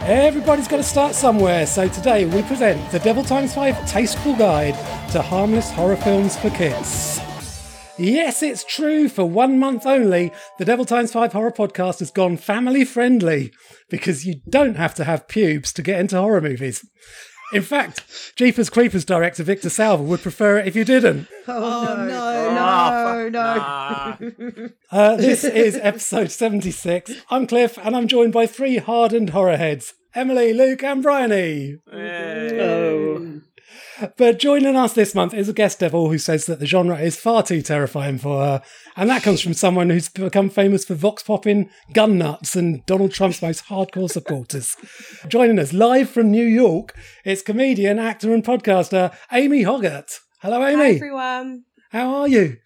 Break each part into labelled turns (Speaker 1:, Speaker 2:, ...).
Speaker 1: Everybody's got to start somewhere, so today we present the Devil Times 5 Tasteful Guide to Harmless Horror Films for Kids. Yes, it's true. For one month only, the Devil Times 5 Horror Podcast has gone family friendly because you don't have to have pubes to get into horror movies. In fact, Jeepers Creepers director Victor Salva would prefer it if you didn't.
Speaker 2: Oh, no, no, no.
Speaker 1: Uh, this is episode 76. I'm Cliff, and I'm joined by three hardened horror heads Emily, Luke, and Bryony. But joining us this month is a guest devil who says that the genre is far too terrifying for her. And that comes from someone who's become famous for vox popping, gun nuts, and Donald Trump's most hardcore supporters. joining us live from New York, it's comedian, actor, and podcaster Amy Hoggart. Hello,
Speaker 3: Hi
Speaker 1: Amy.
Speaker 3: everyone.
Speaker 1: How are you?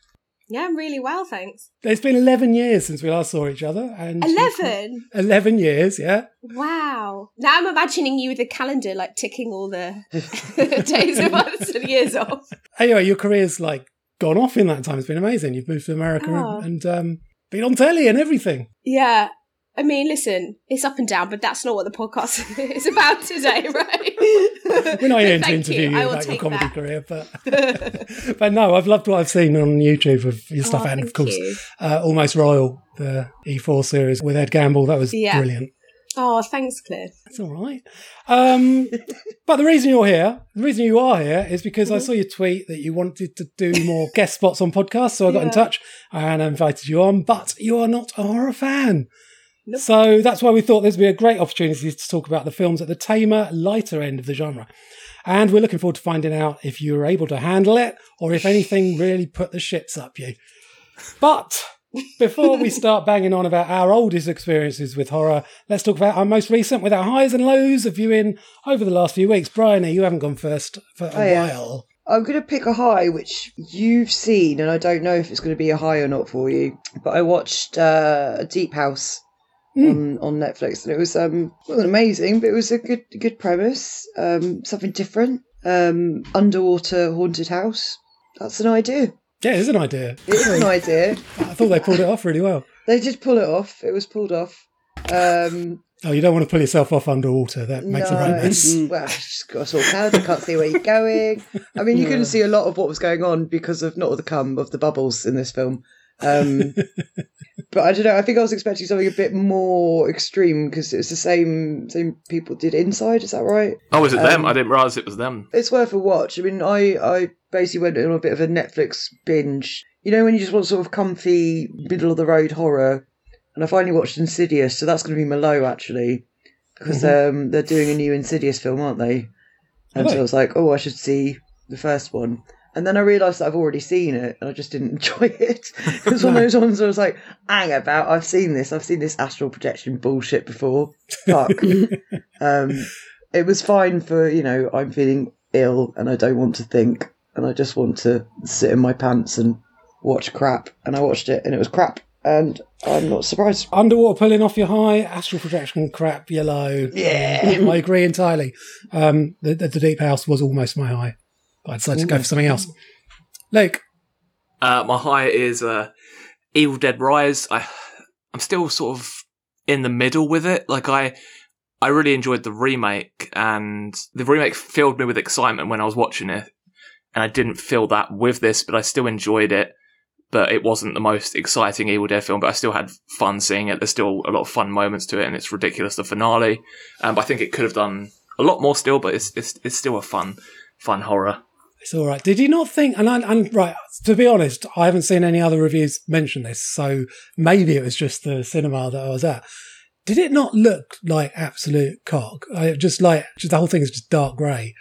Speaker 3: Yeah, I'm really well, thanks.
Speaker 1: It's been 11 years since we last saw each other. and
Speaker 3: 11?
Speaker 1: 11 years, yeah.
Speaker 3: Wow. Now I'm imagining you with a calendar like ticking all the days and months and years off.
Speaker 1: Anyway, your career's like gone off in that time. It's been amazing. You've moved to America
Speaker 3: Oh.
Speaker 1: and, and um, been on telly and everything.
Speaker 3: Yeah. I mean, listen, it's up and down, but that's not what the podcast is about today, right?
Speaker 1: We're not
Speaker 3: So
Speaker 1: here to
Speaker 3: thank
Speaker 1: interview you,
Speaker 3: I will
Speaker 1: about your
Speaker 3: take
Speaker 1: comedy
Speaker 3: that.
Speaker 1: career, but but no, I've loved what I've seen on YouTube of your stuff,
Speaker 3: Oh,
Speaker 1: and of
Speaker 3: thank
Speaker 1: course,
Speaker 3: you.
Speaker 1: uh, Almost Royal, the E4 series with Ed Gamble. That was
Speaker 3: Yeah.
Speaker 1: brilliant.
Speaker 3: Oh, thanks, Cliff.
Speaker 1: That's all right. Um, but the reason you're here, the reason you are here, is because
Speaker 3: Mm-hmm.
Speaker 1: I saw your tweet that you wanted to do more guest spots on podcasts. So I got in
Speaker 3: Yeah.
Speaker 1: touch and I invited you on. But you are not a horror fan.
Speaker 3: Nope.
Speaker 1: So that's why we thought this would be a great opportunity to talk about the films at the tamer, lighter end of the genre. And we're looking forward to finding out if you were able to handle it or if anything really put the ships up you. But before we start banging on about our oldest experiences with horror, let's talk about our most recent with our highs and lows of viewing over the last few weeks. Bryony, you haven't gone first for a
Speaker 2: Oh, yeah.
Speaker 1: while.
Speaker 2: I'm going to pick a high which you've seen, and I don't know if it's going to be a high or not for you. But I watched uh, Deep House on, on Netflix, and it was um wasn't amazing, but it was a good good premise, um something different, um underwater haunted house. That's an idea.
Speaker 1: Yeah, it's an idea.
Speaker 2: It is an idea.
Speaker 1: I thought they pulled it off really well.
Speaker 2: They did pull it off. It was pulled off. Um,
Speaker 1: Oh, you don't want to pull yourself off underwater. That makes a romance.
Speaker 2: Well, it's got us all cloud. You can't see where you're going. I mean, you couldn't see a lot of what was going on because of not all the cum of the bubbles in this film. Um, but I don't know. I think I was expecting something a bit more extreme because it's the same same people did Inside. Is that right?
Speaker 4: Oh, was it
Speaker 2: Um,
Speaker 4: them? I didn't realise it was them.
Speaker 2: It's worth a watch. I mean, I I basically went on a bit of a Netflix binge. You know, when you just want sort of comfy middle of the road horror, and I finally watched Insidious. So that's going to be my low actually, because um, they're doing a new Insidious film, aren't they? And
Speaker 1: Are
Speaker 2: so
Speaker 1: they?
Speaker 2: I was like, oh, I should see the first one. And then I realised that I've already seen it, and I just didn't enjoy it. It was one of those ones where I was like, "Hang about, I've seen this. I've seen this astral projection bullshit before." Fuck. um, it was fine for you know I'm feeling ill and I don't want to think and I just want to sit in my pants and watch crap and I watched it and it was crap and I'm not surprised.
Speaker 1: Underwater pulling off your high, astral projection crap, your low.
Speaker 2: Yeah,
Speaker 1: I agree entirely. Um, the, the, the Deep House was almost my high, but I decided to go for something else. Luke,
Speaker 4: Uh, my high is uh, Evil Dead Rise. I, I'm still sort of in the middle with it. Like I, I really enjoyed the remake, and the remake filled me with excitement when I was watching it, and I didn't feel that with this, but I still enjoyed it. But it wasn't the most exciting Evil Dead film, but I still had fun seeing it. There's still a lot of fun moments to it, and it's ridiculous the finale. Um, but I think it could have done a lot more still, but it's it's it's still a fun fun horror.
Speaker 1: It's all right. Did you not think? And I, and right to be honest, I haven't seen any other reviews mention this, so maybe it was just the cinema that I was at. Did it not look like absolute cock? I just like just the whole thing is just dark grey.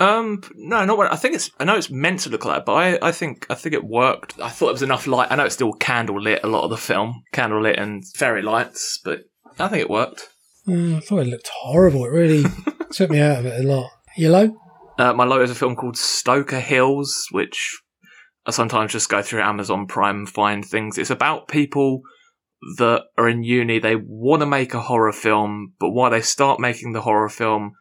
Speaker 4: Um, p- no, not when I think it's. I know it's meant to look like, that, but I, I think, I think it worked. I thought it was enough light. I know it's still candle lit a lot of the film, candle lit and fairy lights, but I think it worked.
Speaker 1: Mm, I thought it looked horrible. It really took me out of it a lot. Yellow.
Speaker 4: Uh, my low is a film called Stoker Hills, which I sometimes just go through Amazon Prime and find things. It's about people that are in uni. They want to make a horror film, but while they start making the horror film,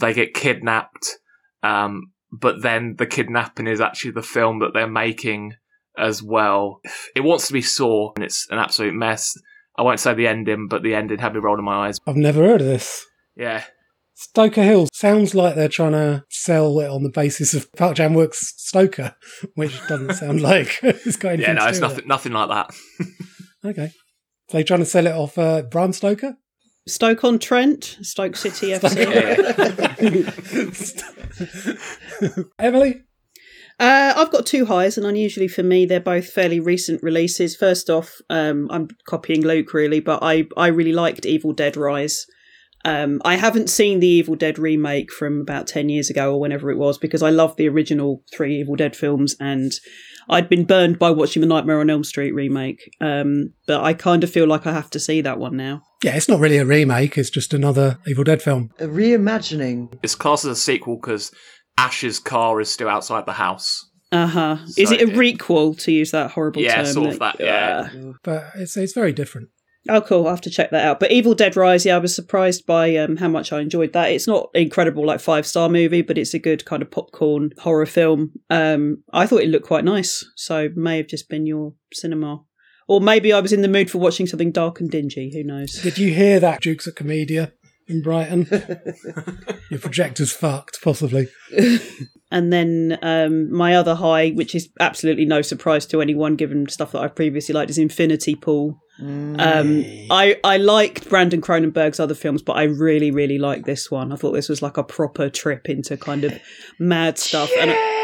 Speaker 4: they get kidnapped. Um, but then the kidnapping is actually the film that they're making as well. It wants to be Saw, and it's an absolute mess. I won't say the ending, but the ending had me rolling my eyes.
Speaker 1: I've never heard of this.
Speaker 4: Yeah.
Speaker 1: Stoker Hills sounds like they're trying to sell it on the basis of Park Jam Works Stoker, which doesn't sound like it's got anything
Speaker 4: Yeah, no,
Speaker 1: to
Speaker 4: it's
Speaker 1: do with
Speaker 4: nothing, nothing like that.
Speaker 1: it. Okay. So they're trying to sell it off uh, Bram Stoker?
Speaker 5: Stoke on Trent, Stoke City
Speaker 1: Stoke-
Speaker 5: FC.
Speaker 4: Yeah, yeah.
Speaker 1: Emily?
Speaker 5: Uh, I've got two highs, and unusually for me, they're both fairly recent releases. First off, um, I'm copying Luke really, but I, I really liked Evil Dead Rise. Um, I haven't seen the Evil Dead remake from about 10 years ago or whenever it was because I love the original three Evil Dead films and I'd been burned by watching the Nightmare on Elm Street remake. Um, but I kind of feel like I have to see that one now.
Speaker 1: Yeah, it's not really a remake, it's just another Evil Dead film.
Speaker 2: A reimagining.
Speaker 4: It's classed as a sequel because Ash's car is still outside the house.
Speaker 5: Uh huh. Is
Speaker 4: So
Speaker 5: it a
Speaker 4: it-
Speaker 5: requel to use that uh, horrible
Speaker 4: Yeah,
Speaker 5: term?
Speaker 4: sort of that, yeah.
Speaker 5: Ugh.
Speaker 1: But it's, it's very different.
Speaker 5: Oh, cool. I'll have to check that out. But Evil Dead Rise, yeah, I was surprised by um, how much I enjoyed that. It's not incredible, like five star movie, but it's a good kind of popcorn horror film. Um, I thought it looked quite nice. So may have just been your cinema. Or maybe I was in the mood for watching something dark and dingy. Who knows?
Speaker 1: Did you hear that, Dukes at Comedia in Brighton? Your projector's fucked, possibly.
Speaker 5: And then um, my other high, which is absolutely no surprise to anyone given stuff that I've previously liked, is Infinity Pool. Um, I, I liked Brandon Cronenberg's other films, but I really, really liked this one. I thought this was like a proper trip into kind of mad stuff. And I-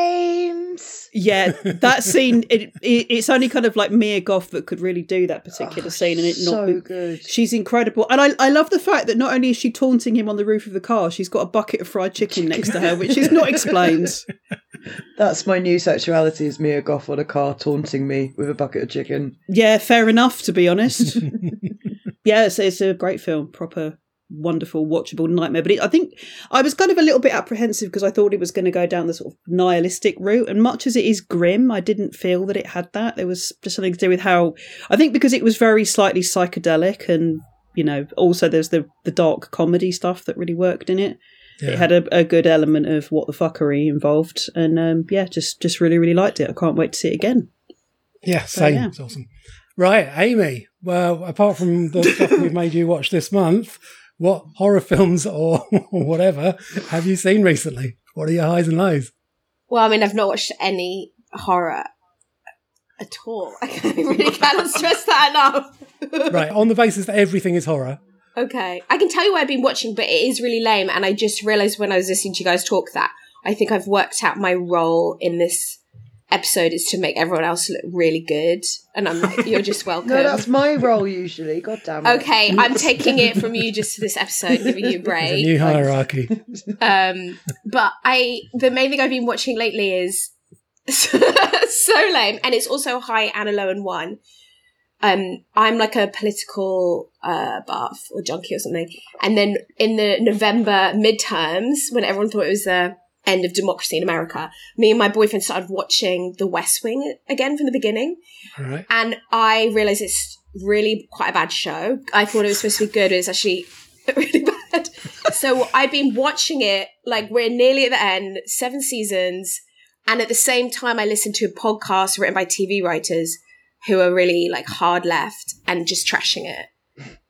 Speaker 2: James.
Speaker 5: yeah, that scene, it, it, it's only kind of like Mia Goff that could really do that particular scene and it not
Speaker 2: Oh, Ah, so
Speaker 5: be-
Speaker 2: good.
Speaker 5: She's incredible. And I, I love the fact that not only is she taunting him on the roof of the car, she's got a bucket of fried chicken next to her, which is not explained.
Speaker 2: That's my new sexuality is Mia Goff on a car taunting me with a bucket of chicken.
Speaker 5: Yeah, fair enough, to be honest. yeah, it's, it's a great film, proper, wonderful, watchable nightmare. But it, I think I was kind of a little bit apprehensive because I thought it was going to go down the sort of nihilistic route. And much as it is grim, I didn't feel that it had that. There was just something to do with how, I think because it was very slightly psychedelic and, you know, also there's the, the dark comedy stuff that really worked in it.
Speaker 1: Yeah.
Speaker 5: It had a, a good element of what the fuckery involved. And um, yeah, just, just really, really liked it. I can't wait to see it again.
Speaker 1: Yeah, same.
Speaker 5: yeah.
Speaker 1: It's awesome. Right, Amy. Well, apart from the stuff we've made you watch this month, what horror films or whatever have you seen recently? What are your highs and lows?
Speaker 3: Well, I mean, I've not watched any horror at all. I really cannot stress that enough.
Speaker 1: Right, on the basis that everything is horror.
Speaker 3: Okay. I can tell you what I've been watching, but it is really lame. And I just realized when I was listening to you guys talk that I think I've worked out my role in this episode is to make everyone else look really good. And I'm like, you're just welcome.
Speaker 2: No, that's my role usually. God damn it.
Speaker 3: okay. I'm taking it from you just for this episode, giving you
Speaker 1: There's a
Speaker 3: a break.
Speaker 1: new hierarchy.
Speaker 3: Um, but I, the main thing I've been watching lately is so lame, and it's also high and a low and one. Um, I'm like a political uh, buff or junkie or something, and then in the November midterms, when everyone thought it was the end of democracy in America, me and my boyfriend started watching The West Wing again from the beginning,
Speaker 1: All right.
Speaker 3: and I realized it's really quite a bad show. I thought it was supposed to be good, but it's actually really bad. so I've been watching it like we're nearly at the end, seven seasons, and at the same time I listen to a podcast written by TV writers who are really like hard left and just trashing it.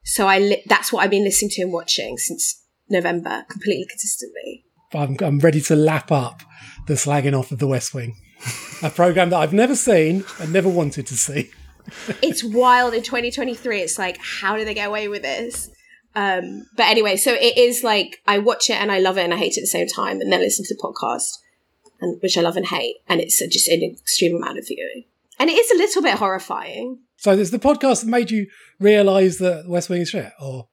Speaker 3: So I li- that's what I've been listening to and watching since November, completely consistently.
Speaker 1: I'm, I'm ready to lap up the slagging off of The West Wing, a program that I've never seen and never wanted to see.
Speaker 3: it's wild in 2023 it's like how do they get away with this um but anyway so it is like i watch it and i love it and i hate it at the same time and then listen to the podcast and which i love and hate and it's just an extreme amount of viewing and it is a little bit horrifying
Speaker 1: So it's the podcast that made you realise that The West Wing is shit, or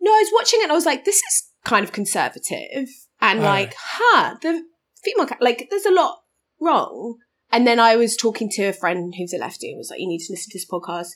Speaker 3: no i was watching it and i was like this is kind of conservative and
Speaker 1: Oh.
Speaker 3: like huh the female ca- like there's a lot wrong and then i was talking to a friend who's a lefty and was like you need to listen to this podcast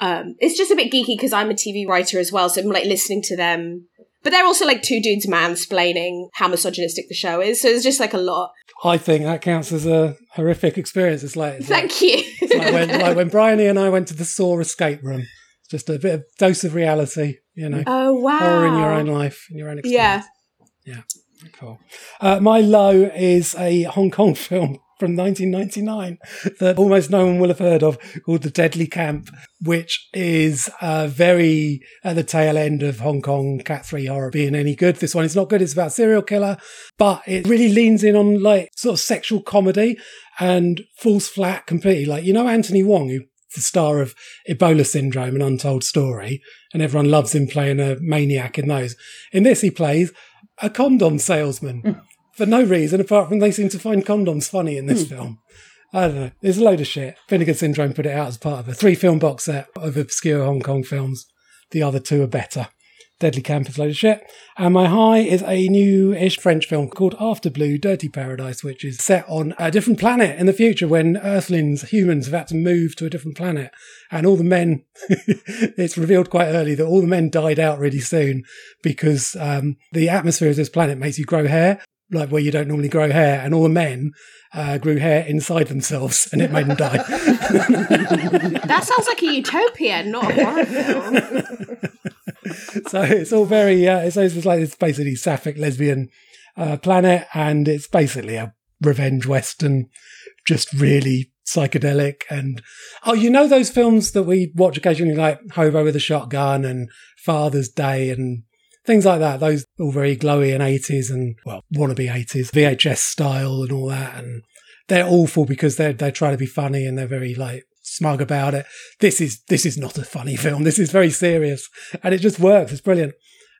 Speaker 3: um, it's just a bit geeky because I'm a TV writer as well, so I'm like listening to them. But they're also like two dudes mansplaining how misogynistic the show is, so it's just like a lot.
Speaker 1: I think that counts as a horrific experience. It's like, it's like
Speaker 3: Thank you.
Speaker 1: like when like when Bryony and I went to the Saw escape room. It's just a bit of dose of reality, you know.
Speaker 3: oh wow!
Speaker 1: Horror in your own life, in your own experience.
Speaker 3: Yeah.
Speaker 1: Cool. Uh, my low is a Hong Kong film from 1999 that almost no one will have heard of called The Deadly Camp, which is uh, very at the tail end of Hong Kong Cat 3 horror being any good. This one is not good. It's about serial killer, but it really leans in on like sort of sexual comedy and falls flat completely. Like, you know, Anthony Wong, who the star of Ebola Syndrome, an untold story, and everyone loves him playing a maniac in those. In this, he plays a condom salesman for no reason apart from they seem to find condoms funny in this film. I don't know. There's a load of shit. Vinegar Syndrome put it out as part of a three film box set of obscure Hong Kong films. The other two are better. Deadly Camp is a load of shit. And my high is a new ish French film called After Blue Dirty Paradise, which is set on a different planet in the future when Earthlings, humans, have had to move to a different planet. And all the men, it's revealed quite early that all the men died out really soon because um, the atmosphere of this planet makes you grow hair, like where you don't normally grow hair. And all the men uh, grew hair inside themselves and it made them die.
Speaker 3: That sounds like a utopia, not a horror film.
Speaker 1: so it's all very uh, it's, it's like it's basically sapphic lesbian uh, planet and it's basically a revenge western just really psychedelic and oh you know those films that we watch occasionally like hobo with a shotgun and father's day and things like that those all very glowy and 80s and well wannabe 80s vhs style and all that and they're awful because they're they're trying to be funny and they're very like smug about it. This is this is not a funny film. This is very serious, and it just works. It's brilliant.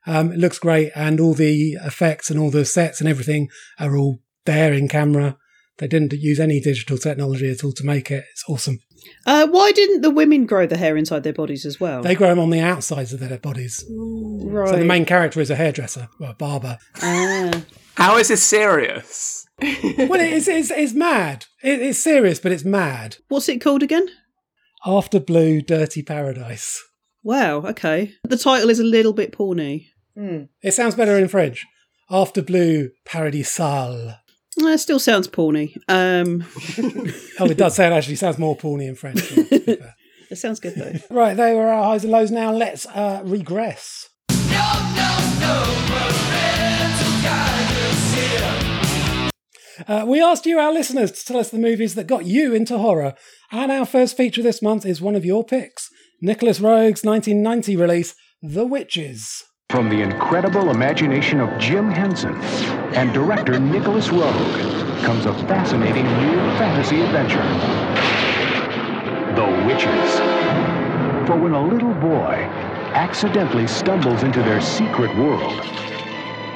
Speaker 1: Um, it looks great, and all the effects and all the sets and everything are all there in camera. They didn't use any digital technology at all to make it. It's awesome.
Speaker 5: Uh, why didn't the women grow the hair inside their bodies as well?
Speaker 1: They grow them on the outsides of their bodies.
Speaker 5: right.
Speaker 1: So the main character is a hairdresser, well, a barber,
Speaker 5: Ah.
Speaker 4: How is this serious?
Speaker 1: well, it's, it's, it's mad. It, it's serious, but it's mad.
Speaker 5: What's it called again?
Speaker 1: After Blue, Dirty Paradise.
Speaker 5: Wow. Okay. The title is a little bit porny.
Speaker 1: It sounds better in French. After Blue, Paradisal.
Speaker 5: Uh, still sounds porny. Um,
Speaker 1: Oh, it does sound actually sounds more porny in French. to be fair.
Speaker 5: it sounds good though.
Speaker 1: right, they were our highs and lows. Now let's uh, regress. Uh, we asked you, our listeners, to tell us the movies that got you into horror. And our first feature this month is one of your picks Nicholas Rogue's 1990 release, The Witches.
Speaker 6: From the incredible imagination of Jim Henson and director Nicholas Rogue comes a fascinating new fantasy adventure The Witches. For when a little boy accidentally stumbles into their secret world,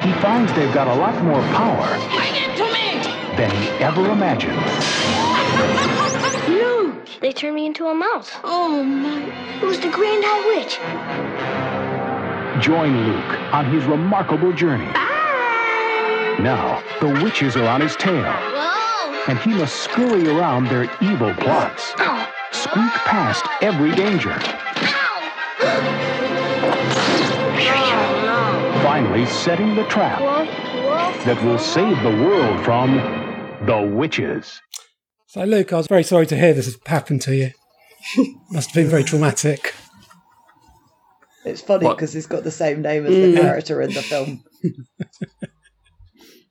Speaker 6: he finds they've got a lot more power than he ever imagined.
Speaker 7: Look! They turned me into a mouse. Oh my. It was the Grand High Witch.
Speaker 6: Join Luke on his remarkable journey. Now, the witches are on his tail.
Speaker 7: Whoa!
Speaker 6: and he must scurry around their evil plots, squeak past every danger, finally setting the trap that will save the world from the witches.
Speaker 1: So, Luke, I was very sorry to hear this has happened to you. Must have been very traumatic.
Speaker 2: It's funny
Speaker 4: What?
Speaker 2: because he's got the same name as the character in the film.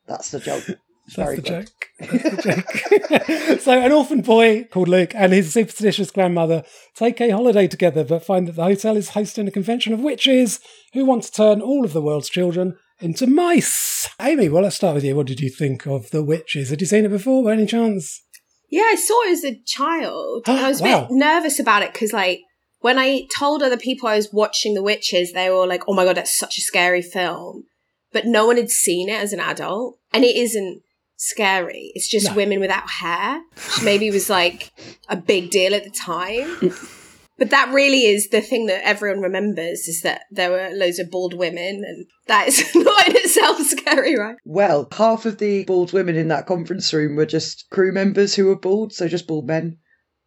Speaker 2: That's the joke.
Speaker 1: That's
Speaker 2: It's very
Speaker 1: the
Speaker 2: good.
Speaker 1: joke. That's the joke. so, an orphan boy called Luke and his superstitious grandmother take a holiday together, but find that the hotel is hosting a convention of witches who want to turn all of the world's children into mice. Amy, well, let's start with you. What did you think of the witches? Had you seen it before by any chance?
Speaker 3: Yeah, I saw it as a child. and I was a
Speaker 1: Wow.
Speaker 3: bit nervous about it because, like, when I told other people I was watching The Witches, they were like, oh my God, that's such a scary film. But no one had seen it as an adult. And it isn't scary. It's just
Speaker 1: No.
Speaker 3: women without hair, which maybe was like a big deal at the time. But that really is the thing that everyone remembers is that there were loads of bald women, and that is not in itself scary, right?
Speaker 2: Well, half of the bald women in that conference room were just crew members who were bald, so just bald men.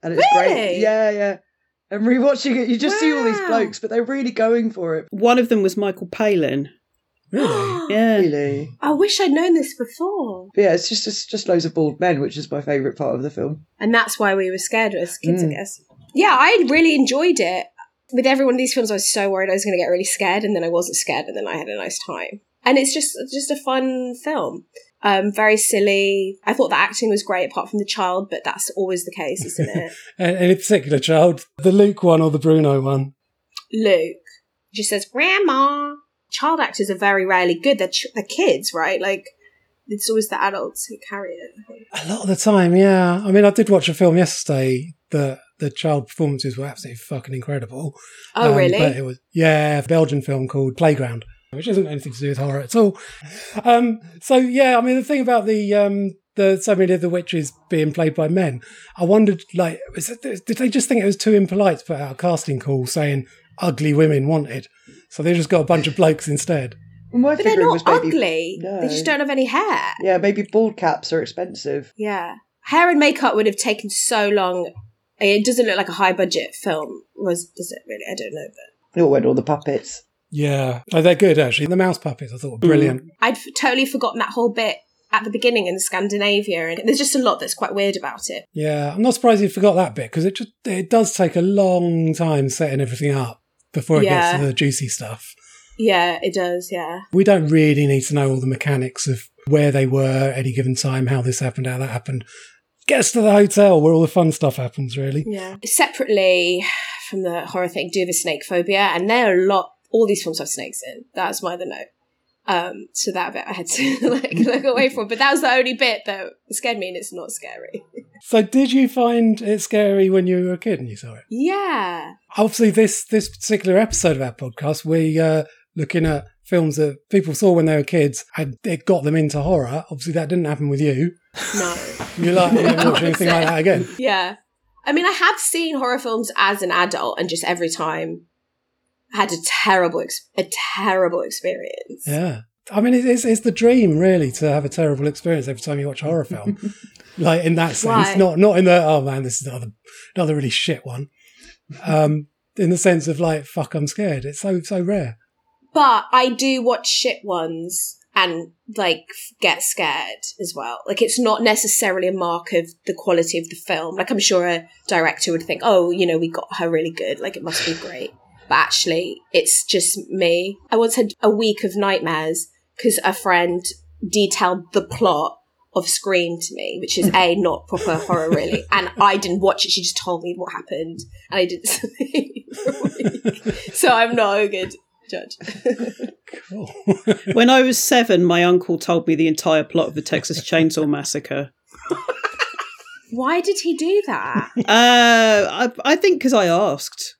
Speaker 2: And it's
Speaker 3: Really?
Speaker 2: great. Yeah, yeah. And rewatching it, you just see all these
Speaker 3: Wow.
Speaker 2: blokes, but they're really going for it.
Speaker 5: One of them was Michael Palin.
Speaker 1: Really?
Speaker 5: Yeah.
Speaker 2: Really.
Speaker 3: I wish I'd known this before.
Speaker 2: But yeah, it's just, it's just loads of bald men, which is my favourite part of the film.
Speaker 3: and that's why we were scared as kids,
Speaker 2: Mm.
Speaker 3: I guess. Yeah, I really enjoyed it. With every one of these films, I was so worried I was going to get really scared, and then I wasn't scared, and then I had a nice time. And it's just just a fun film. um, very silly. I thought the acting was great, apart from the child, but that's always the case, isn't it?
Speaker 1: And any particular child, the Luke one or the Bruno one?
Speaker 3: Luke just says, "Grandma." Child actors are very rarely good. They're, ch- they're kids, right? Like it's always the adults who carry it. I think.
Speaker 1: A lot of the time, yeah. I mean, I did watch a film yesterday that the child performances were absolutely fucking incredible.
Speaker 3: Oh,
Speaker 1: Um,
Speaker 3: really?
Speaker 1: But it was yeah, a Belgian film called Playground, which isn't anything to do with horror at all. Um, so yeah, I mean, the thing about the um, the so many of the witches being played by men, I wondered like, was it, did they just think it was too impolite to put out a casting call saying ugly women wanted? So they just got a bunch of blokes instead.
Speaker 2: Well, my
Speaker 3: But they're
Speaker 2: figure
Speaker 3: not
Speaker 2: was maybe,
Speaker 3: ugly. They just
Speaker 2: No.
Speaker 3: don't have any hair.
Speaker 2: Yeah, maybe bald caps are expensive.
Speaker 3: Yeah. Hair and makeup would have taken so long. It doesn't look like a high budget film, was does it really? I don't know, but
Speaker 2: They all went all the puppets.
Speaker 1: Yeah, oh, they're good actually. The mouse puppets I thought were brilliant.
Speaker 3: I'd f- totally forgotten that whole bit at the beginning in Scandinavia, and there's just a lot that's quite weird about it.
Speaker 1: Yeah, I'm not surprised you forgot that bit because it just it does take a long time setting everything up before it gets to
Speaker 3: Yeah.
Speaker 1: the juicy stuff.
Speaker 3: Yeah, it does. Yeah,
Speaker 1: We don't really need to know all the mechanics of where they were at any given time, how this happened, how that happened. Get us to the hotel where all the fun stuff happens, really.
Speaker 3: yeah. Separately from the horror thing, do the snake phobia, and there are a lot. All these films have snakes in. That's my other note. Um, so that bit I had to like look away from, but that was the only bit that scared me, and it's not scary.
Speaker 1: So, did you find it scary when you were a kid and you saw it?
Speaker 3: Yeah,
Speaker 1: Obviously, this this particular episode of our podcast, we uh, looking at films that people saw when they were kids and it got them into horror. Obviously, that didn't happen with you.
Speaker 3: no.
Speaker 1: You're like, I'm never watching anything like that again.
Speaker 3: Yeah. I mean, I have seen horror films as an adult and just every time had a terrible, ex- a terrible experience.
Speaker 1: Yeah. I mean, it- it's, it's the dream, really, to have a terrible experience every time you watch a horror film. like, in that sense,
Speaker 3: Right.
Speaker 1: not not in the, oh man, this is another, another really shit one. Um, in the sense of, like, fuck, I'm scared. It's so, so rare.
Speaker 3: But I do watch shit ones and like f- get scared as well. Like it's not necessarily a mark of the quality of the film. Like I'm sure a director would think, oh, you know, we got her really good. Like it must be great. But actually, it's just me. I once had a week of nightmares because a friend detailed the plot of Scream to me, which is a not proper horror really, and I didn't watch it. She just told me what happened, and I didn't sleep. for a week. so I'm not a good judge.
Speaker 1: Cool.
Speaker 5: When I was seven, my uncle told me the entire plot of the Texas Chainsaw Massacre.
Speaker 3: Why did he do that?
Speaker 5: Uh, I, I think because I asked.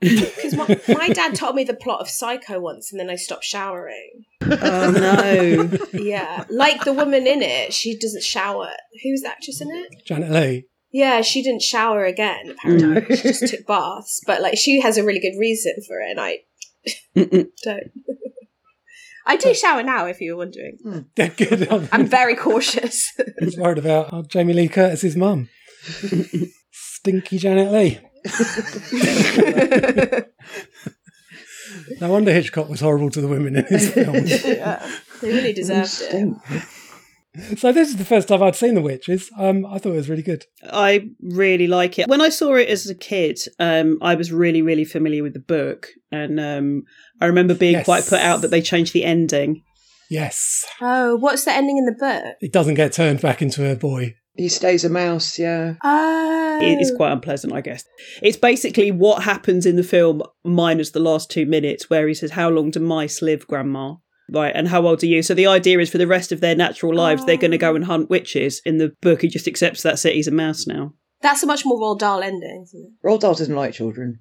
Speaker 3: Because my, my dad told me the plot of Psycho once, and then I stopped showering.
Speaker 5: Oh no!
Speaker 3: Yeah, like the woman in it, she doesn't shower. Who's the actress in it?
Speaker 1: Janet Lee.
Speaker 3: Yeah, she didn't shower again.
Speaker 5: Mm.
Speaker 3: Apparently, she just took baths. But like, she has a really good reason for it, and I
Speaker 5: Mm-mm.
Speaker 3: don't. I do shower now, if you were wondering.
Speaker 1: Yeah, good. I'm,
Speaker 3: I'm very cautious.
Speaker 1: just worried about oh, Jamie Lee Curtis's mum. Stinky Janet Lee. No wonder Hitchcock was horrible to the women in his films.
Speaker 3: They really deserved it.
Speaker 1: so, this is the first time I'd seen The Witches. Um, I thought it was really good.
Speaker 5: I really like it. When I saw it as a kid, um, I was really, really familiar with the book, and um, I remember being
Speaker 1: Yes.
Speaker 5: quite put out that they changed the ending.
Speaker 1: Yes.
Speaker 3: Oh, what's the ending in the book?
Speaker 1: It doesn't get turned back into a boy.
Speaker 2: He stays a mouse, yeah.
Speaker 3: Oh,
Speaker 5: It is quite unpleasant, I guess. It's basically what happens in the film minus the last two minutes, where he says, "How long do mice live, Grandma?" Right, and how old are you? So the idea is for the rest of their natural lives, they're going to go and hunt witches. In the book, he just accepts that's it. He's a mouse now.
Speaker 3: That's a much more Roald Dahl ending. Isn't it?
Speaker 2: Roald Dahl doesn't like children.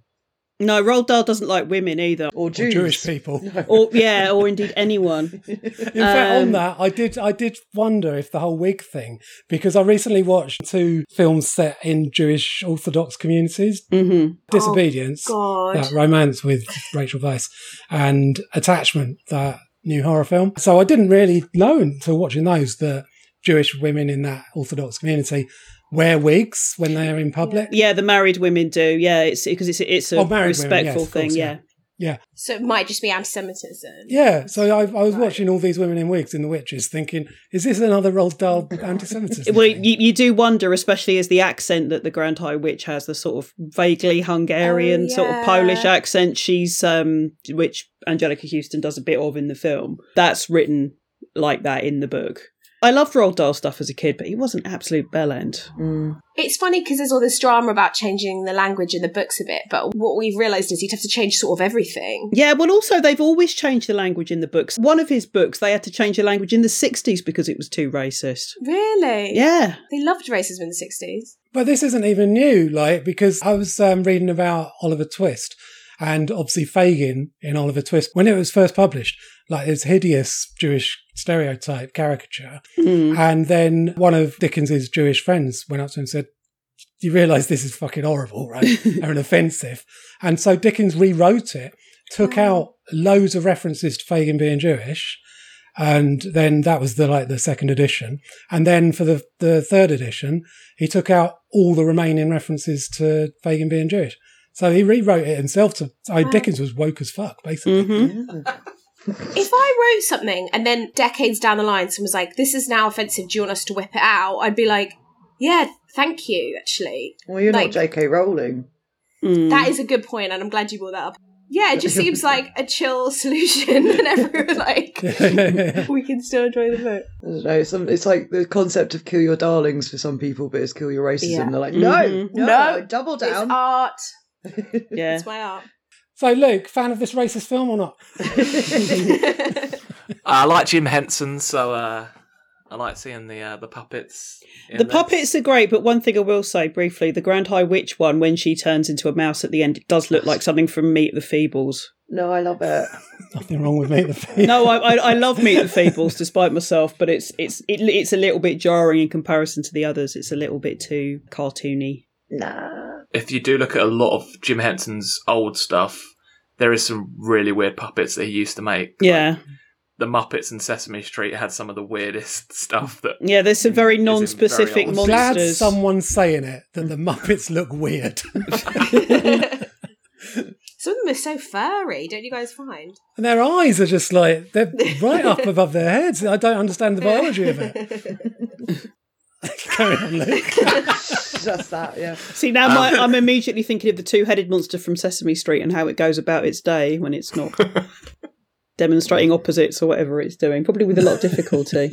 Speaker 5: No, Roald Dahl doesn't like women either.
Speaker 2: Or
Speaker 1: Or
Speaker 2: Jews.
Speaker 1: Jewish people.
Speaker 5: Or yeah, or indeed anyone.
Speaker 1: In fact, on
Speaker 5: Um,
Speaker 1: that, I did I did wonder if the whole wig thing because I recently watched two films set in Jewish Orthodox communities:
Speaker 5: hmm
Speaker 1: Disobedience,
Speaker 5: Oh.
Speaker 3: God.
Speaker 1: that romance with Rachel Weisz, and Attachment, that new horror film. So I didn't really know until watching those that Jewish women in that Orthodox community wear wigs when they are in public.
Speaker 5: Yeah, the married women do. Yeah, it's because it's it's a
Speaker 1: Oh, married women,
Speaker 5: respectful
Speaker 1: yes, of
Speaker 5: thing.
Speaker 1: course, yeah.
Speaker 5: yeah.
Speaker 3: So it might just be anti-Semitism.
Speaker 1: Yeah, so I, I was
Speaker 3: Right.
Speaker 1: watching all these women in wigs in The Witches, thinking, is this another Roald Dahl anti-Semitism?
Speaker 5: Well,
Speaker 1: thing?
Speaker 5: you, you do wonder, especially as the accent that the Grand High Witch has, the sort of vaguely Hungarian,
Speaker 3: Oh,
Speaker 5: sort of
Speaker 3: yeah.
Speaker 5: Polish accent. She's um, which Angelica Houston does a bit of in the film. That's written like that in the book. I loved Roald Dahl stuff as a kid, but he was an absolute bell end.
Speaker 2: Mm.
Speaker 3: It's funny because there's all this drama about changing the language in the books a bit, but what we've realised is you'd have to change sort of everything.
Speaker 5: Yeah, well, also, they've always changed the language in the books. One of his books, they had to change the language in the 60s because it was too racist.
Speaker 3: Really?
Speaker 5: Yeah.
Speaker 3: They loved racism in the 60s.
Speaker 1: But this isn't even new, like, because I was um, reading about Oliver Twist and obviously Fagin in Oliver Twist when it was first published, like this hideous Jewish stereotype caricature.
Speaker 5: Mm-hmm.
Speaker 1: And then one of Dickens's Jewish friends went up to him and said, You realize this is fucking horrible, right? and offensive. And so Dickens rewrote it, took out loads of references to Fagin being Jewish. And then that was the like the second edition. And then for the, the third edition, he took out all the remaining references to Fagin being Jewish. So he rewrote it himself to I Dickens was woke as fuck, basically.
Speaker 3: If I wrote something and then decades down the line someone was like, this is now offensive, do you want us to whip it out? I'd be like, yeah, thank you, actually.
Speaker 2: Well, you're
Speaker 3: Like-
Speaker 2: not J.K. Rowling.
Speaker 5: Mm. Mm-hmm.
Speaker 3: That is a good point, and I'm glad you brought that up. Yeah, it just seems like a chill solution, and everyone like we can still enjoy the book.
Speaker 2: I don't know. Some, it's like the concept of kill your darlings for some people, but it's kill your racism.
Speaker 3: Yeah.
Speaker 2: They're like, no,
Speaker 5: Mhm.
Speaker 2: no,
Speaker 3: No,
Speaker 2: double
Speaker 3: It's
Speaker 2: down.
Speaker 3: art.
Speaker 5: Yeah.
Speaker 3: It's my art.
Speaker 1: so Luke, fan of this racist film or not?
Speaker 4: I like Jim Henson, so uh, I like seeing the uh, the puppets. in
Speaker 5: The
Speaker 4: this.
Speaker 5: puppets are great, but one thing I will say briefly the Grand High Witch one, when she turns into a mouse at the end, it does look like something from Meet the Feebles.
Speaker 2: no, I love it.
Speaker 1: Nothing wrong with me the film.
Speaker 5: No, I, I, I love Meet the Feebles despite myself, but it's it's it, it's a little bit jarring in comparison to the others. It's a little bit too cartoony.
Speaker 2: Nah.
Speaker 4: If you do look at a lot of Jim Henson's old stuff, there is some really weird puppets that he used to make.
Speaker 5: Yeah,
Speaker 4: The Muppets and Sesame Street had some of the weirdest stuff that
Speaker 5: yeah. There's some very
Speaker 4: Hmm. Is it
Speaker 5: non-specific
Speaker 4: very old?
Speaker 1: Glad
Speaker 5: monsters.
Speaker 1: someone's saying it that the Muppets look weird.
Speaker 3: Some of them are so furry, don't you guys find?
Speaker 1: And their eyes are just like they're right up above their heads. I don't understand the biology of it. Carry on, Luke.
Speaker 2: Just that, yeah.
Speaker 5: See now, my,
Speaker 4: Um,
Speaker 5: I'm immediately thinking of the two-headed monster from Sesame Street and how it goes about its day when it's not demonstrating opposites or whatever it's doing, probably with a lot of difficulty.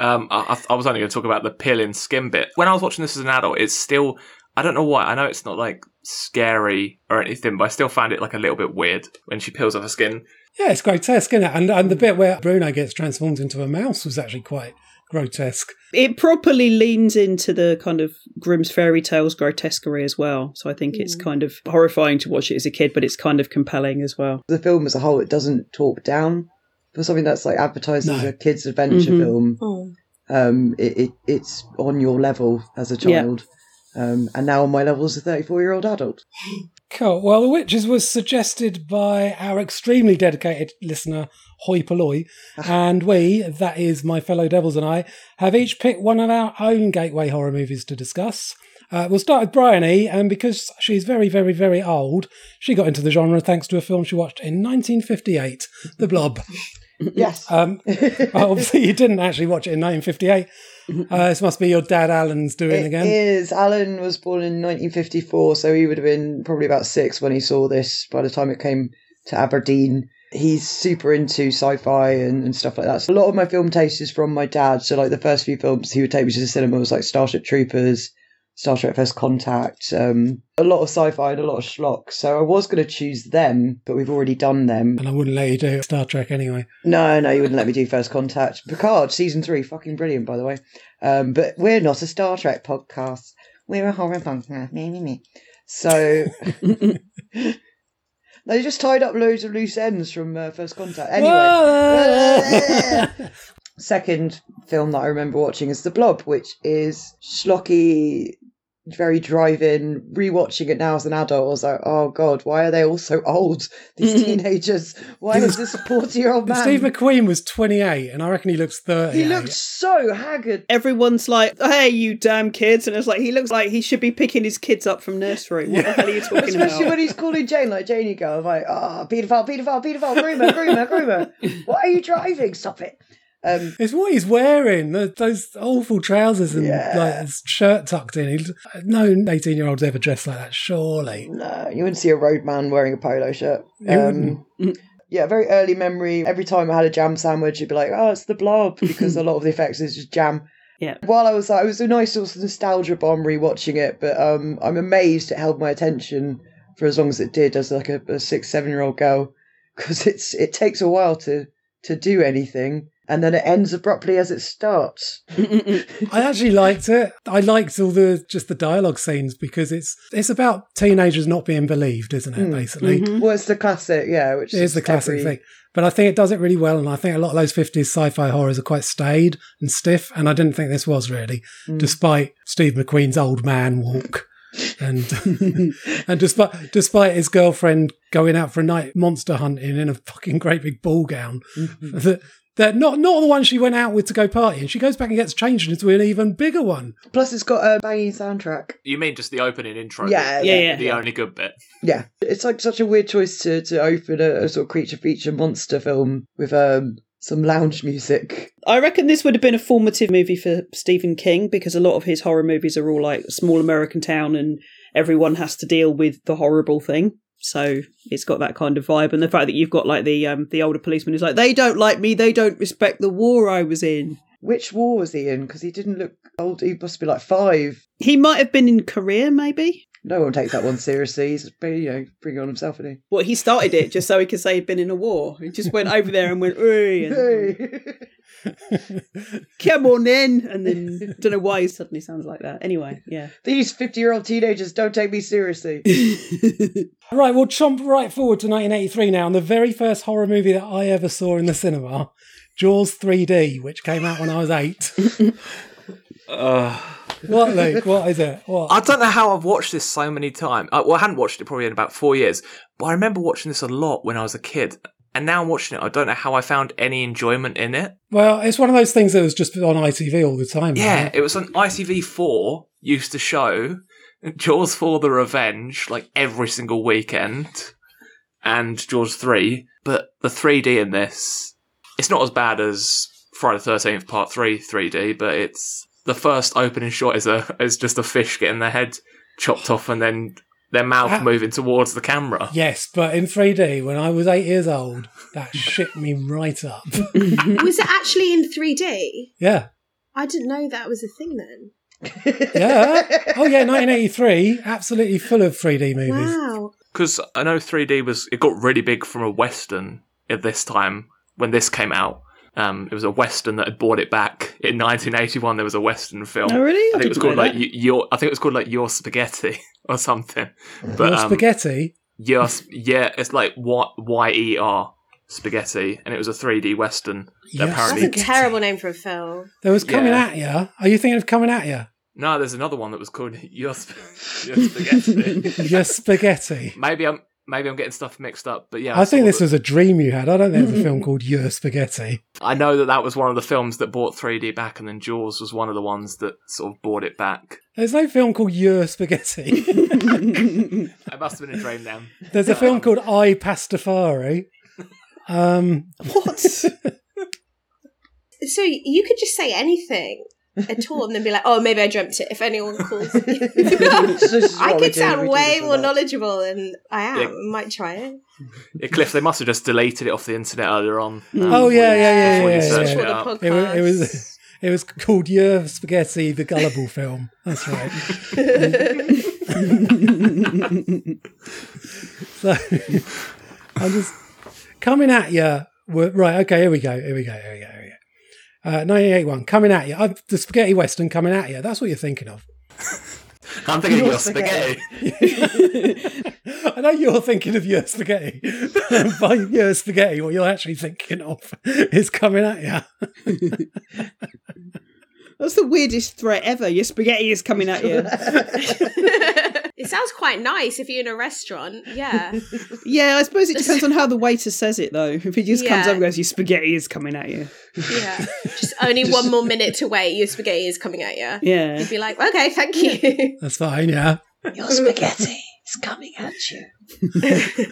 Speaker 4: Um, I, I- I was only going to talk about the pill in skin bit. When I was watching this as an adult, it's still. I don't know why. I know it's not like scary or anything, but I still found it like a little bit weird when she peels off her skin.
Speaker 1: Yeah, it's grotesque, isn't it? And and the bit where Bruno gets transformed into a mouse was actually quite grotesque.
Speaker 5: it properly leans into the kind of Grimm's fairy tales grotesquerie as well. So I think
Speaker 2: Hmm.
Speaker 5: it's kind of horrifying to watch it as a kid, but it's kind of compelling as well.
Speaker 2: the film as a whole, it doesn't talk down. For something that's like advertised as
Speaker 1: No.
Speaker 2: a kids' adventure
Speaker 5: Mhm.
Speaker 2: film,
Speaker 3: Mm.
Speaker 2: um, it, it it's on your level as a
Speaker 5: Yeah.
Speaker 2: child. Um, and now on my level as a 34 year old adult.
Speaker 1: Cool. Well, The Witches was suggested by our extremely dedicated listener, Hoi Polloi, and we, that is my fellow devils and I, have each picked one of our own gateway horror movies to discuss. Uh, we'll start with Bryony, and because she's very, very, very old, she got into the genre thanks to a film she watched in 1958, The Blob.
Speaker 2: Yes.
Speaker 1: Um, obviously, you didn't actually watch it in 1958. Uh, this must be your dad Alan's doing
Speaker 2: It
Speaker 1: again.
Speaker 2: is. Alan was born in 1954, so he would have been probably about six when he saw this by the time it came to Aberdeen. He's super into sci fi and, and stuff like that. So a lot of my film taste is from my dad. So, like, the first few films he would take me to the cinema was like Starship Troopers, Star Trek First Contact, um, a lot of sci fi and a lot of schlock. So, I was going to choose them, but we've already done them.
Speaker 1: And I wouldn't let you do Star Trek anyway.
Speaker 2: No, no, you wouldn't let me do First Contact. Picard, season three, fucking brilliant, by the way. Um, but we're not a Star Trek podcast. We're a horror podcast. Me, me, me. So. They just tied up loads of loose ends from uh, First Contact. Anyway. Second film that I remember watching is The Blob, which is schlocky, very drive-in. Rewatching it now as an adult, I was like, "Oh God, why are they all so old? These teenagers. Why is this forty-year-old man?"
Speaker 1: Steve McQueen was 28, and I reckon he looks 30.
Speaker 2: He looked so haggard.
Speaker 5: Everyone's like, hey, you damn kids. And it's like, he looks like he should be picking his kids up from nursery. What the hell are you talking
Speaker 2: Especially
Speaker 5: about?
Speaker 2: when he's calling Jane like Janey girl, I'm like, ah, oh, paedophile, paedophile, paedophile, groomer, groomer, groomer. What are you driving? Stop it. Um,
Speaker 1: It's what he's wearing. th- Those awful trousers and
Speaker 2: Yeah.
Speaker 1: like his shirt tucked in. He, no 18 year olds ever dress like that, surely.
Speaker 2: Uh,
Speaker 1: Mm.
Speaker 2: no, you wouldn't see a roadman wearing a polo shirt. Um, yeah, very early memory. Every time I had a jam sandwich, it'd be like, oh, it's the blob, because a lot of the effects is just jam.
Speaker 5: Yeah.
Speaker 2: While I was like, it was a nice sort of nostalgia bomb rewatching it, but um, I'm amazed it held my attention for as long as it did as like a, a six, seven year old girl, because it's it takes a while to to do anything, and then it ends abruptly as it starts.
Speaker 1: I actually liked it. I liked all the just the dialogue scenes because it's it's about teenagers not being believed, isn't
Speaker 2: Hmm.
Speaker 1: it? Basically,
Speaker 5: Mm-hmm.
Speaker 2: Well, it's the classic, yeah, which
Speaker 1: Mm-hmm. it is the classic
Speaker 2: every-
Speaker 1: thing. But I think it does it really well, and I think a lot of those fifties sci-fi horrors are quite staid and stiff, and I didn't think this was really, despite Steve McQueen's old man walk. and and despite despite his girlfriend going out for a night monster hunting in a fucking great big ball gown, that that not not the one she went out with to go partying. She goes back and gets changed into an even bigger one.
Speaker 2: Plus, it's got a banging soundtrack.
Speaker 4: You mean just the opening intro?
Speaker 2: Yeah,
Speaker 4: the,
Speaker 5: yeah, yeah.
Speaker 4: the only good bit.
Speaker 2: Yeah, it's like such a weird choice to to open a, a sort of creature feature monster film with um some lounge music.
Speaker 5: I reckon this would have been a formative movie for Stephen King because a lot of his horror movies are all like small American town and everyone has to deal with the horrible thing. So it's got that kind of vibe, and the fact that you've got like the um, the older policeman who's like, they don't like me, they don't respect the war I was in.
Speaker 2: Which war was he in? Because he didn't look old. He must be like five.
Speaker 5: He might have been in Korea, maybe.
Speaker 2: No one takes that one seriously. He's you know bringing on himself, isn't
Speaker 5: Well, he started it just so he could say he'd been in a war. He just went over there and went, "Oi,"
Speaker 2: he?
Speaker 5: and,
Speaker 2: Hey.
Speaker 5: come on in, and then don't know why he suddenly sounds like that. Anyway, yeah.
Speaker 2: These fifty-year-old teenagers don't take me seriously.
Speaker 1: Right, we'll chomp right forward to 1983 now, and the very first horror movie that I ever saw in the cinema, Jaws 3D, which came out when I was eight. What, Luke? What is it? What?
Speaker 4: I don't know how I've watched this so many times. I, well, I hadn't watched it probably in about four years, but I remember watching this a lot when I was a kid. And now I'm watching it. I don't know how I found any enjoyment in it.
Speaker 1: Well, it's one of those things that was just on ITV all the time.
Speaker 4: Yeah,
Speaker 1: right?
Speaker 4: it was on ITV4 used to show Jaws 4 The Revenge like every single weekend and Jaws 3, but the 3D in this it's not as bad as Friday the 13th part 3 3D, but it's the first opening shot is a is just a fish getting their head chopped off and then their mouth
Speaker 1: Ah.
Speaker 4: moving towards the camera.
Speaker 1: Yes, but in 3D, when I was eight years old, that shit me right up.
Speaker 3: Was it actually in 3D?
Speaker 1: Yeah.
Speaker 3: I didn't know that was a thing then.
Speaker 1: Yeah. Oh, yeah, 1983, absolutely full of 3D movies.
Speaker 3: Wow.
Speaker 4: Because I know 3D was it got really big from a Western at this time when this came out. Um, it was a Western that had bought it back in 1981. There was a Western film.
Speaker 5: Oh, really?
Speaker 4: I
Speaker 5: I
Speaker 4: think it was called
Speaker 5: didn't know
Speaker 4: like
Speaker 5: that.
Speaker 4: y- your. I think it was called like your spaghetti or something. But
Speaker 1: Well,
Speaker 4: um,
Speaker 1: spaghetti.
Speaker 4: yes, yeah, it's like what Y E R spaghetti, and it was a 3D Western.
Speaker 1: Your
Speaker 4: apparently-
Speaker 3: That's
Speaker 1: spaghetti.
Speaker 3: a terrible name for a film.
Speaker 1: There was coming
Speaker 4: Yeah.
Speaker 1: at ya. Are you thinking of coming at ya?
Speaker 4: No, there's another one that was called your, Sp- Your spaghetti.
Speaker 1: Your spaghetti.
Speaker 4: maybe I'm maybe I'm getting stuff mixed up, but yeah,
Speaker 1: I think
Speaker 4: saw
Speaker 1: this
Speaker 4: that-
Speaker 1: was a dream you had. I don't think it's a film called Your Spaghetti.
Speaker 4: I know that that was one of the films that bought 3D back, and then Jaws was one of the ones that sort of bought it back.
Speaker 1: There's no film called Your Spaghetti.
Speaker 4: It must have been a dream then.
Speaker 1: There's a film called I Pastafari. Um,
Speaker 5: What?
Speaker 3: So you could just say anything at all and then be like, oh, maybe I dreamt it, if anyone calls me.
Speaker 2: This is
Speaker 3: I
Speaker 2: what we
Speaker 3: could
Speaker 2: do, we
Speaker 3: sound
Speaker 2: do
Speaker 3: way
Speaker 2: this a
Speaker 3: more
Speaker 2: lot.
Speaker 3: knowledgeable than I am.
Speaker 4: Yeah.
Speaker 3: I might try it.
Speaker 4: Yeah, Cliff, they must have just deleted it off the internet earlier on. Um,
Speaker 1: oh yeah, yeah, yeah,
Speaker 4: Before you
Speaker 1: yeah.
Speaker 4: search
Speaker 1: yeah,
Speaker 3: For
Speaker 1: yeah.
Speaker 3: the
Speaker 4: yeah.
Speaker 1: It, wa-
Speaker 3: podcast.
Speaker 1: it was it was called Your Spaghetti, the gullible film. That's right. so I'm just coming at you. Right, okay, here we go. Here we go. Here we go. Here we go. Uh, 1981, coming at you. Uh, the spaghetti western coming at you. That's what you're thinking of.
Speaker 4: I'm thinking of
Speaker 2: Your
Speaker 4: your spaghetti.
Speaker 1: I know you're thinking of your spaghetti. By your spaghetti, what you're actually thinking of is coming at you.
Speaker 5: That's the weirdest threat ever. Your spaghetti is coming at you.
Speaker 3: It sounds quite nice if you're in a restaurant. Yeah.
Speaker 5: Yeah, I suppose it depends on how the waiter says it, though. If he just comes
Speaker 3: Yeah.
Speaker 5: up and goes, "Your spaghetti is coming at you,"
Speaker 3: Yeah. Just only one more minute to wait. Your spaghetti is coming at you.
Speaker 5: yeah,
Speaker 3: You'd be like, okay, thank you.
Speaker 1: That's fine, yeah.
Speaker 2: Your spaghetti is coming at you.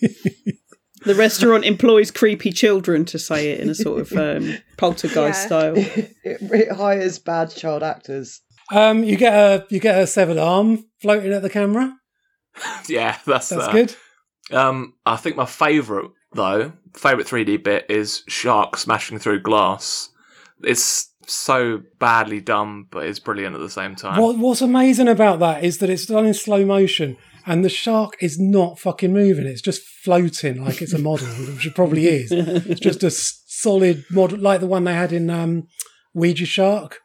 Speaker 5: the restaurant employs creepy children to say it in a sort of um, poltergeist
Speaker 3: Yeah.
Speaker 5: style.
Speaker 2: It, it hires bad child actors.
Speaker 1: Um, you get a you get a severed arm floating at the camera.
Speaker 4: yeah, that's,
Speaker 1: That's
Speaker 4: uh,
Speaker 1: good.
Speaker 4: Um, I think my favourite though, favorite 3D bit is shark smashing through glass. It's so badly done, but it's brilliant at the same time.
Speaker 1: What, what's amazing about that is that it's done in slow motion and the shark is not fucking moving. It's just floating like it's a model, which it probably is. It's just a s- solid model, like the one they had in um, Ouija Shark.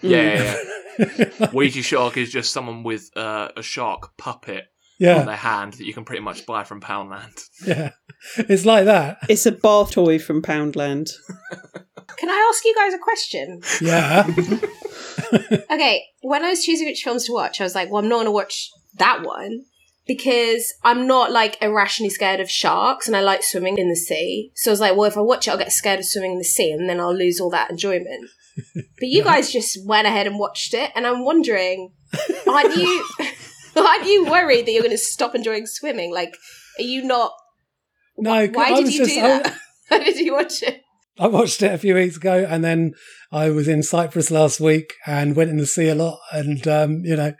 Speaker 4: Yeah, yeah, yeah. Ouija shark is just someone with uh, a shark puppet on
Speaker 1: Yeah,
Speaker 4: their hand Oh, that you can pretty much buy from Poundland.
Speaker 1: yeah. It's like that.
Speaker 5: It's a bar toy from Poundland.
Speaker 3: Can I ask you guys a question?
Speaker 1: Yeah.
Speaker 3: Okay, when I was choosing which films to watch, I was like, well, I'm not going to watch that one because I'm not like irrationally scared of sharks and I like swimming in the sea. So I was like, well, if I watch it, I'll get scared of swimming in the sea and then I'll lose all that enjoyment. But you guys just went ahead and watched it, and I'm wondering, aren't you aren't you worried that you're going to stop enjoying swimming? Like, are you not?
Speaker 1: No,
Speaker 3: Why
Speaker 1: I
Speaker 3: did
Speaker 1: was
Speaker 3: you
Speaker 1: just-
Speaker 3: do
Speaker 1: I-
Speaker 3: that? Why did you watch it?
Speaker 1: I watched it a few weeks ago, and then I was in Cyprus last week and went in the sea a lot, and um, you know,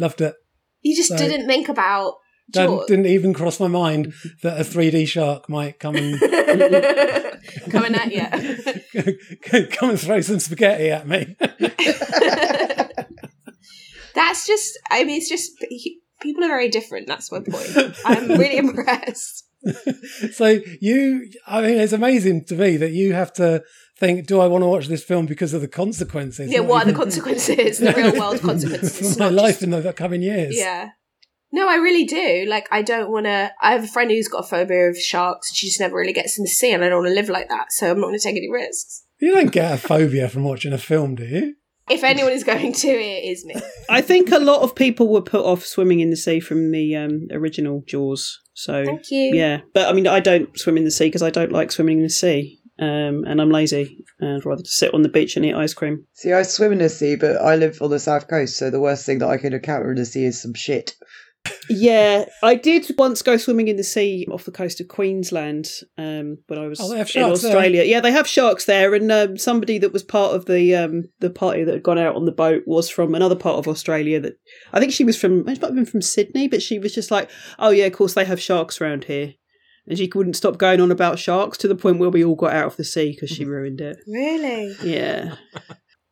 Speaker 1: loved it.
Speaker 3: You just
Speaker 1: So-
Speaker 3: didn't think about
Speaker 1: Didn't,
Speaker 3: George.
Speaker 1: didn't even cross my mind that a 3D shark might come and
Speaker 3: coming at you.
Speaker 1: come and throw some spaghetti at me.
Speaker 3: That's just, I mean, it's just, he- people are very different. That's my point. I'm really impressed.
Speaker 1: so you, I mean, it's amazing to me that you have to think, do I want to watch this film because of the consequences?
Speaker 3: Yeah,
Speaker 1: Not
Speaker 3: what are the
Speaker 1: even
Speaker 3: consequences? The real world consequences. It's
Speaker 1: for my
Speaker 3: not
Speaker 1: life
Speaker 3: just-
Speaker 1: in the coming years?
Speaker 3: yeah. No, I really do. Like, I don't want to. I have a friend who's got a phobia of sharks. She just never really gets in the sea, and I don't want to live like that. So I'm not going to take any risks.
Speaker 1: You don't get a phobia from watching a film, do you?
Speaker 3: If anyone is going to, it is me.
Speaker 5: I think a lot of people were put off swimming in the sea from the um, original Jaws. So
Speaker 3: Thank you.
Speaker 5: yeah, but I mean, I don't swim in the sea because I don't like swimming in the sea, um, and I'm lazy and I'd rather just sit on the beach and eat ice cream.
Speaker 2: See, I swim in the sea, but I live on the south coast, so the worst thing that I can encounter in the sea is some shit.
Speaker 5: Yeah, I did once go swimming in the sea off the coast of Queensland um, when I was
Speaker 1: Oh, they have
Speaker 5: in
Speaker 1: sharks there.
Speaker 5: Australia. Yeah, they have sharks there, and um, somebody that was part of the um, the party that had gone out on the boat was from another part of Australia. That I think she was from, she might have been from Sydney, but she was just like, "Oh yeah, of course they have sharks around here." And she wouldn't stop going on about sharks to the point where we all got out of the sea because
Speaker 1: Mm-hmm.
Speaker 5: she ruined it.
Speaker 3: Really?
Speaker 5: Yeah.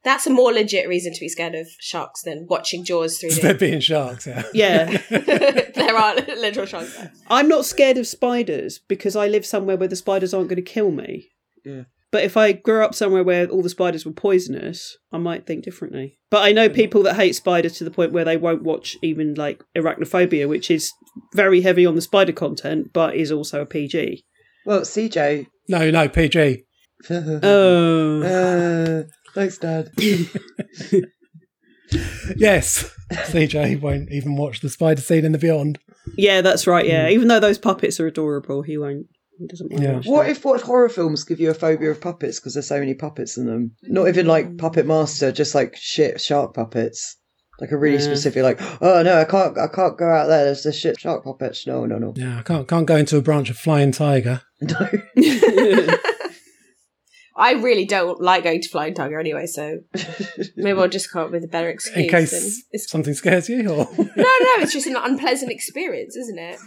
Speaker 3: That's a more legit reason to be scared of sharks than watching Jaws 3D.
Speaker 1: There being sharks, yeah.
Speaker 5: Yeah.
Speaker 3: there are literal sharks. there.
Speaker 5: I'm not scared of spiders because I live somewhere where the spiders aren't going to kill me.
Speaker 2: Yeah.
Speaker 5: But if I grew up somewhere where all the spiders were poisonous, I might think differently. But I know people that hate spiders to the point where they won't watch even like arachnophobia, which is very heavy on the spider content, but is also a PG.
Speaker 2: Well, CJ.
Speaker 1: No, no, PG.
Speaker 5: Oh.
Speaker 2: Uh, thanks, Dad.
Speaker 1: Yes, CJ won't even watch the spider scene in the beyond.
Speaker 5: Yeah, that's right. Yeah. Even though those puppets are adorable, he won't. He doesn't want
Speaker 1: Yeah.
Speaker 5: to watch
Speaker 2: What
Speaker 5: that.
Speaker 2: if what horror films give you a phobia of puppets because there's so many puppets in them? Not even like Puppet Master, just like shit shark puppets. Like a really
Speaker 5: Yeah.
Speaker 2: specific, like oh no, I can't, I can't go out there. There's the shit shark puppets. No, no, no,
Speaker 1: Yeah, I can't can't go into a branch of flying tiger.
Speaker 2: no.
Speaker 3: I really don't like going to Flying Tiger anyway, so maybe I'll just come up with a better excuse.
Speaker 1: In
Speaker 3: and
Speaker 1: case
Speaker 3: it's-
Speaker 1: something scares you, or
Speaker 3: no, no, it's just an unpleasant experience, isn't it?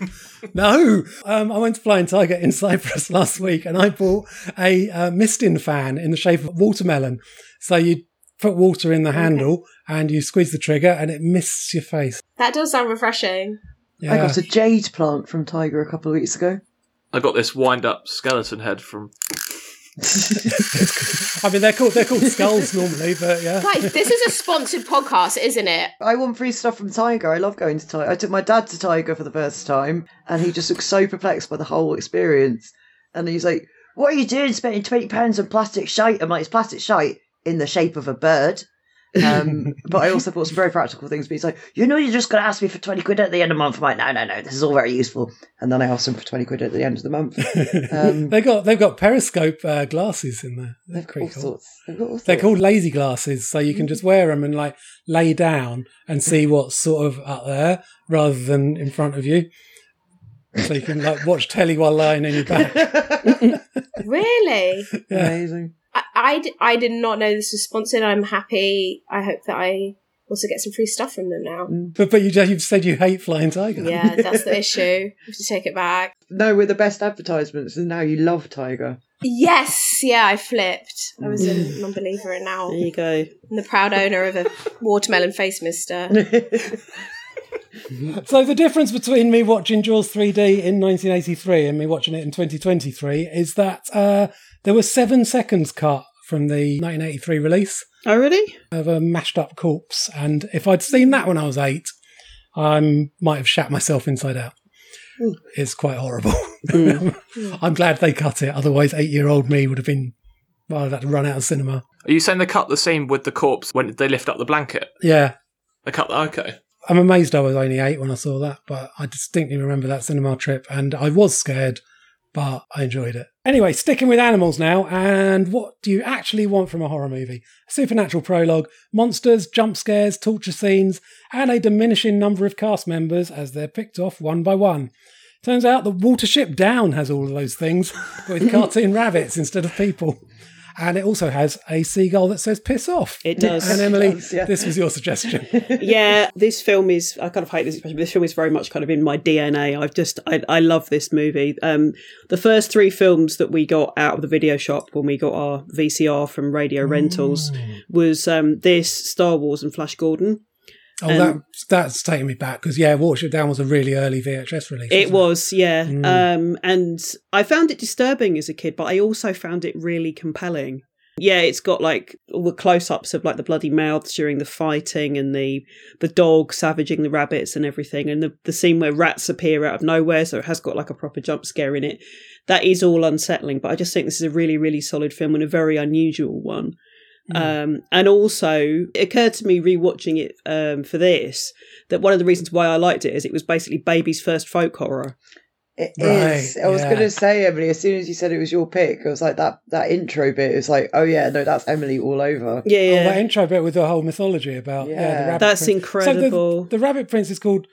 Speaker 1: no, um, I went to Flying Tiger in Cyprus last week, and I bought a uh, misting fan in the shape of a watermelon. So you put water in the handle, and you squeeze the trigger, and it mists your face.
Speaker 3: That does sound refreshing.
Speaker 1: Yeah,
Speaker 2: I got a jade plant from Tiger a couple of weeks ago.
Speaker 4: I got this wind up skeleton head from.
Speaker 1: I mean they're called they're called skulls normally, but yeah,
Speaker 3: Guys, this is a sponsored podcast, isn't it?
Speaker 2: I want free stuff from Tiger. I love going to Tiger. I took my dad to Tiger for the first time, and he just looked so perplexed by the whole experience. And he's like, "What are you doing, spending twenty pounds on plastic shite?" I'm like, "It's plastic shite in the shape of a bird." Um, but I also bought some very practical things. But he's like, "You know, you're just going to ask me for twenty quid at the end of the month." I'm like, "No, no, no. This is all very useful." And then I asked him for twenty quid at the end of the month. Um,
Speaker 1: they got they've got periscope uh, glasses in there. They're pretty
Speaker 2: all
Speaker 1: cool.
Speaker 2: sorts. They've got all
Speaker 1: They're
Speaker 2: sorts.
Speaker 1: called lazy glasses, so you can just wear them and like lay down and see what's sort of up there rather than in front of you. So you can like watch telly while lying in your back.
Speaker 3: Really?
Speaker 1: Yeah.
Speaker 2: amazing.
Speaker 3: I, I, d- I did not know this was sponsored. I'm happy. I hope that I also get some free stuff from them now.
Speaker 1: But, but you just, you've said you hate Flying Tiger.
Speaker 3: Yeah, that's the issue. We have to take it back.
Speaker 2: No, we're the best advertisements, and now you love Tiger.
Speaker 3: Yes, yeah, I flipped. I was a non-believer, and now
Speaker 5: There you go.
Speaker 3: I'm the proud owner of a watermelon face mister.
Speaker 1: So the difference between me watching Jaws 3D in 1983 and me watching it in 2023 is that uh, there were seven seconds cut from the 1983 release
Speaker 5: Oh, really?
Speaker 1: of a mashed up corpse, and if I'd seen that when I was eight, I might have shat myself inside out. It's quite horrible. I'm glad they cut it. Otherwise, eight-year-old me would have been. Well, I'd have to run out of cinema.
Speaker 4: Are you saying they cut the scene with the corpse when they lift up the blanket?
Speaker 1: Yeah,
Speaker 4: They cut the okay.
Speaker 1: I'm amazed I was only eight when I saw that, but I distinctly remember that cinema trip and I was scared, but I enjoyed it. Anyway, sticking with animals now, and what do you actually want from a horror movie? A supernatural prologue, monsters, jump scares, torture scenes, and a diminishing number of cast members as they're picked off one by one. Turns out the Watership Down has all of those things, but with cartoon rabbits instead of people. And it also has a seagull that says piss off.
Speaker 5: It does.
Speaker 1: And Emily,
Speaker 2: does, yeah.
Speaker 1: this was your suggestion.
Speaker 5: yeah, this film is. I kind of hate this expression, but this film is very much kind of in my DNA. I've just, I, I love this movie. Um, the first three films that we got out of the video shop when we got our VCR from Radio Rentals was um, this, Star Wars, and Flash Gordon.
Speaker 1: Oh, that, that's taking me back because yeah, Watership Down was a really early VHS release.
Speaker 5: It
Speaker 1: wasn't
Speaker 5: was, yeah. Um, and I found it disturbing as a kid, but I also found it really compelling. Yeah, it's got like all the close-ups of like the bloody mouths during the fighting and the the dog savaging the rabbits and everything, and the the scene where rats appear out of nowhere, so it has got like a proper jump scare in it. That is all unsettling, but I just think this is a really, really solid film and a very unusual one. Um, and also, it occurred to me rewatching it um, for this that one of the reasons why I liked it is it was basically baby's first folk horror.
Speaker 2: It is.
Speaker 1: Right,
Speaker 2: I was
Speaker 1: yeah.
Speaker 2: going to say, Emily, as soon as you said it was your pick, I was like, that, that intro bit is like, oh, yeah, no, that's Emily all over.
Speaker 5: Yeah,
Speaker 1: Oh,
Speaker 5: yeah.
Speaker 1: that intro bit with the whole mythology about yeah,
Speaker 2: Yeah.
Speaker 1: the rabbit
Speaker 5: That's
Speaker 1: prince. So the-
Speaker 5: incredible.
Speaker 1: the, Rabbit Prince is called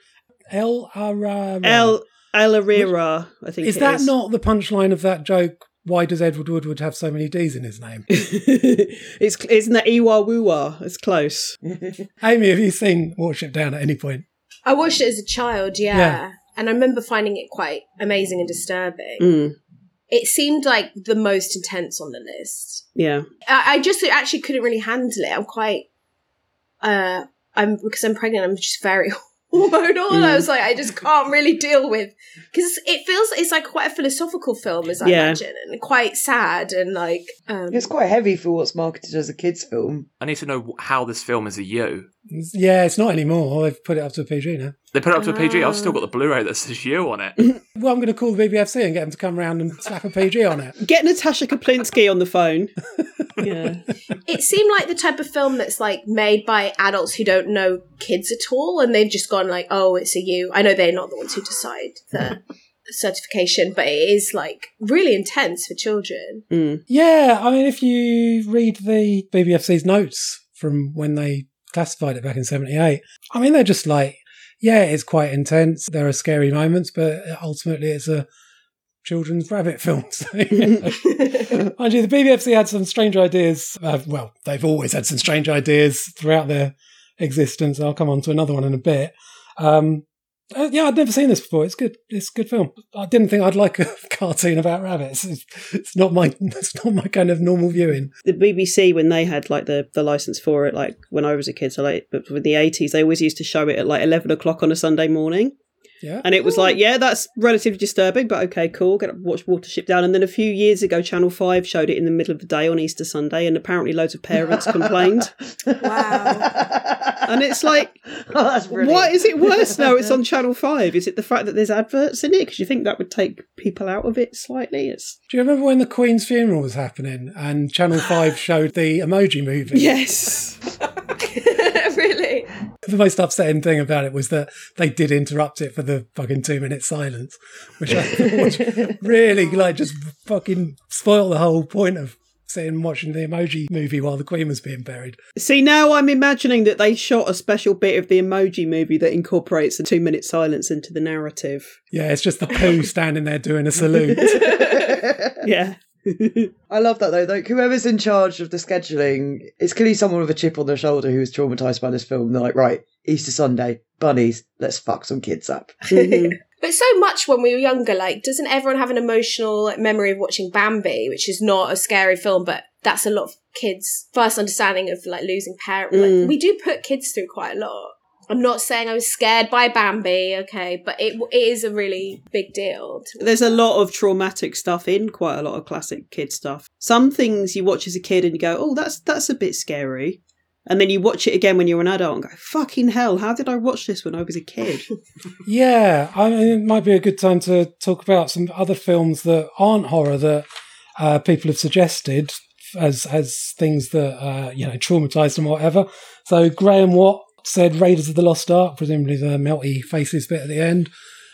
Speaker 1: El Ara.
Speaker 5: El El Herrera, I think.
Speaker 1: Is
Speaker 5: it
Speaker 1: that not the punchline of that joke? Why does Edward Woodward have so many D's in his name?
Speaker 5: it's cl- isn't that Iwa Wuwa? It's close.
Speaker 1: Amy, have you seen Watership Down at any point?
Speaker 3: I watched it as a child, yeah.
Speaker 1: Yeah.
Speaker 3: And I remember finding it quite amazing and disturbing.
Speaker 5: Mm,
Speaker 3: It seemed like the most intense on the list.
Speaker 5: yeah.
Speaker 3: I, I just actually couldn't really handle it. I'm quite, uh, I'm because I'm pregnant. I'm just very hormonal. I was like, I just can't really deal with because it feels it's like quite a philosophical film, as I
Speaker 5: Yeah.
Speaker 3: imagine, and quite sad and like, um,
Speaker 2: It's quite heavy for what's marketed as a kids' film.
Speaker 4: I need to know wh- how this film is a U.
Speaker 1: Yeah, it's not anymore. They've put it up to a PG now.
Speaker 4: They put it up to a PG. I've still got the Blu-ray that says U on it.
Speaker 1: Well, I'm going to call the BBFC and get them to come round and slap a PG on it.
Speaker 5: Get Natasha Kaplinsky on the phone. yeah.
Speaker 3: it seemed like the type of film that's like made by adults who don't know kids at all and they've just gone like oh it's a you i know they're not the ones who decide the certification but it is like really intense for children
Speaker 1: Yeah, I mean, if you read the BBFC's notes from when they classified it back in 78, I mean, they're just like, yeah, it's quite intense. There are scary moments, but ultimately it's a children's rabbit film. So, you know. Mind you, the BBFC had some strange ideas. Uh, well, they've always had some strange ideas throughout their existence. I'll come on to another one in a bit. Um, uh, yeah, I'd never seen this before. It's good. It's a good film. I didn't think I'd like a cartoon about rabbits. It's, it's not my. It's not my kind of normal viewing.
Speaker 5: the BBC when they had like the, the license for it, like when I was a kid, so like but with the eighties, they always used to show it at like eleven o'clock on a Sunday morning.
Speaker 1: Yeah.
Speaker 5: And it was like, yeah, that's relatively disturbing, but okay, cool. Get up, and watch Watership Down. And then a few years ago, Channel Five showed it in the middle of the day on Easter Sunday, and apparently loads of parents complained.
Speaker 3: wow
Speaker 5: And it's like,
Speaker 2: Oh, that's brilliant.
Speaker 5: why is it worse now? It's on Channel Five. Is it the fact that there's adverts in it? Because you think that would take people out of it slightly? It's
Speaker 1: Do you remember when the Queen's funeral was happening and Channel Five showed the Emoji Movie?
Speaker 5: yes,
Speaker 3: really
Speaker 1: The most upsetting thing about it was that they did interrupt it for the fucking two minute silence, which, I, which really like just fucking spoiled the whole point of sitting and watching the Emoji Movie while the Queen was being buried.
Speaker 5: See, now I'm imagining that they shot a special bit of the emoji movie that incorporates the two minute silence into the narrative.
Speaker 1: Yeah, it's just the poo standing there doing a salute.
Speaker 5: Yeah.
Speaker 2: I love that though. Like whoever's in charge of the scheduling, it's clearly someone with a chip on their shoulder who was traumatized by this film. They're like, right, Easter Sunday, bunnies, let's fuck some kids up.
Speaker 5: Mm-hmm.
Speaker 3: But so much when we were younger, like, doesn't everyone have an emotional like, memory of watching Bambi, which is not a scary film, but that's a lot of kids' first understanding of like losing parents. Like, we do put kids through quite a lot. I'm not saying I was scared by Bambi, okay, but it, it is a really big deal.
Speaker 5: There's a lot of traumatic stuff in quite a lot of classic kid stuff. Some things you watch as a kid and you go, "Oh, that's that's a bit scary," and then you watch it again when you're an adult and go, "Fucking hell, how did I watch this when I was a kid?"
Speaker 1: Yeah, I mean, it might be a good time to talk about some other films that aren't horror that uh, people have suggested as as things that uh, you know traumatized them or whatever. So Graham Watt said Raiders of the Lost Ark, presumably the melty faces bit at the end.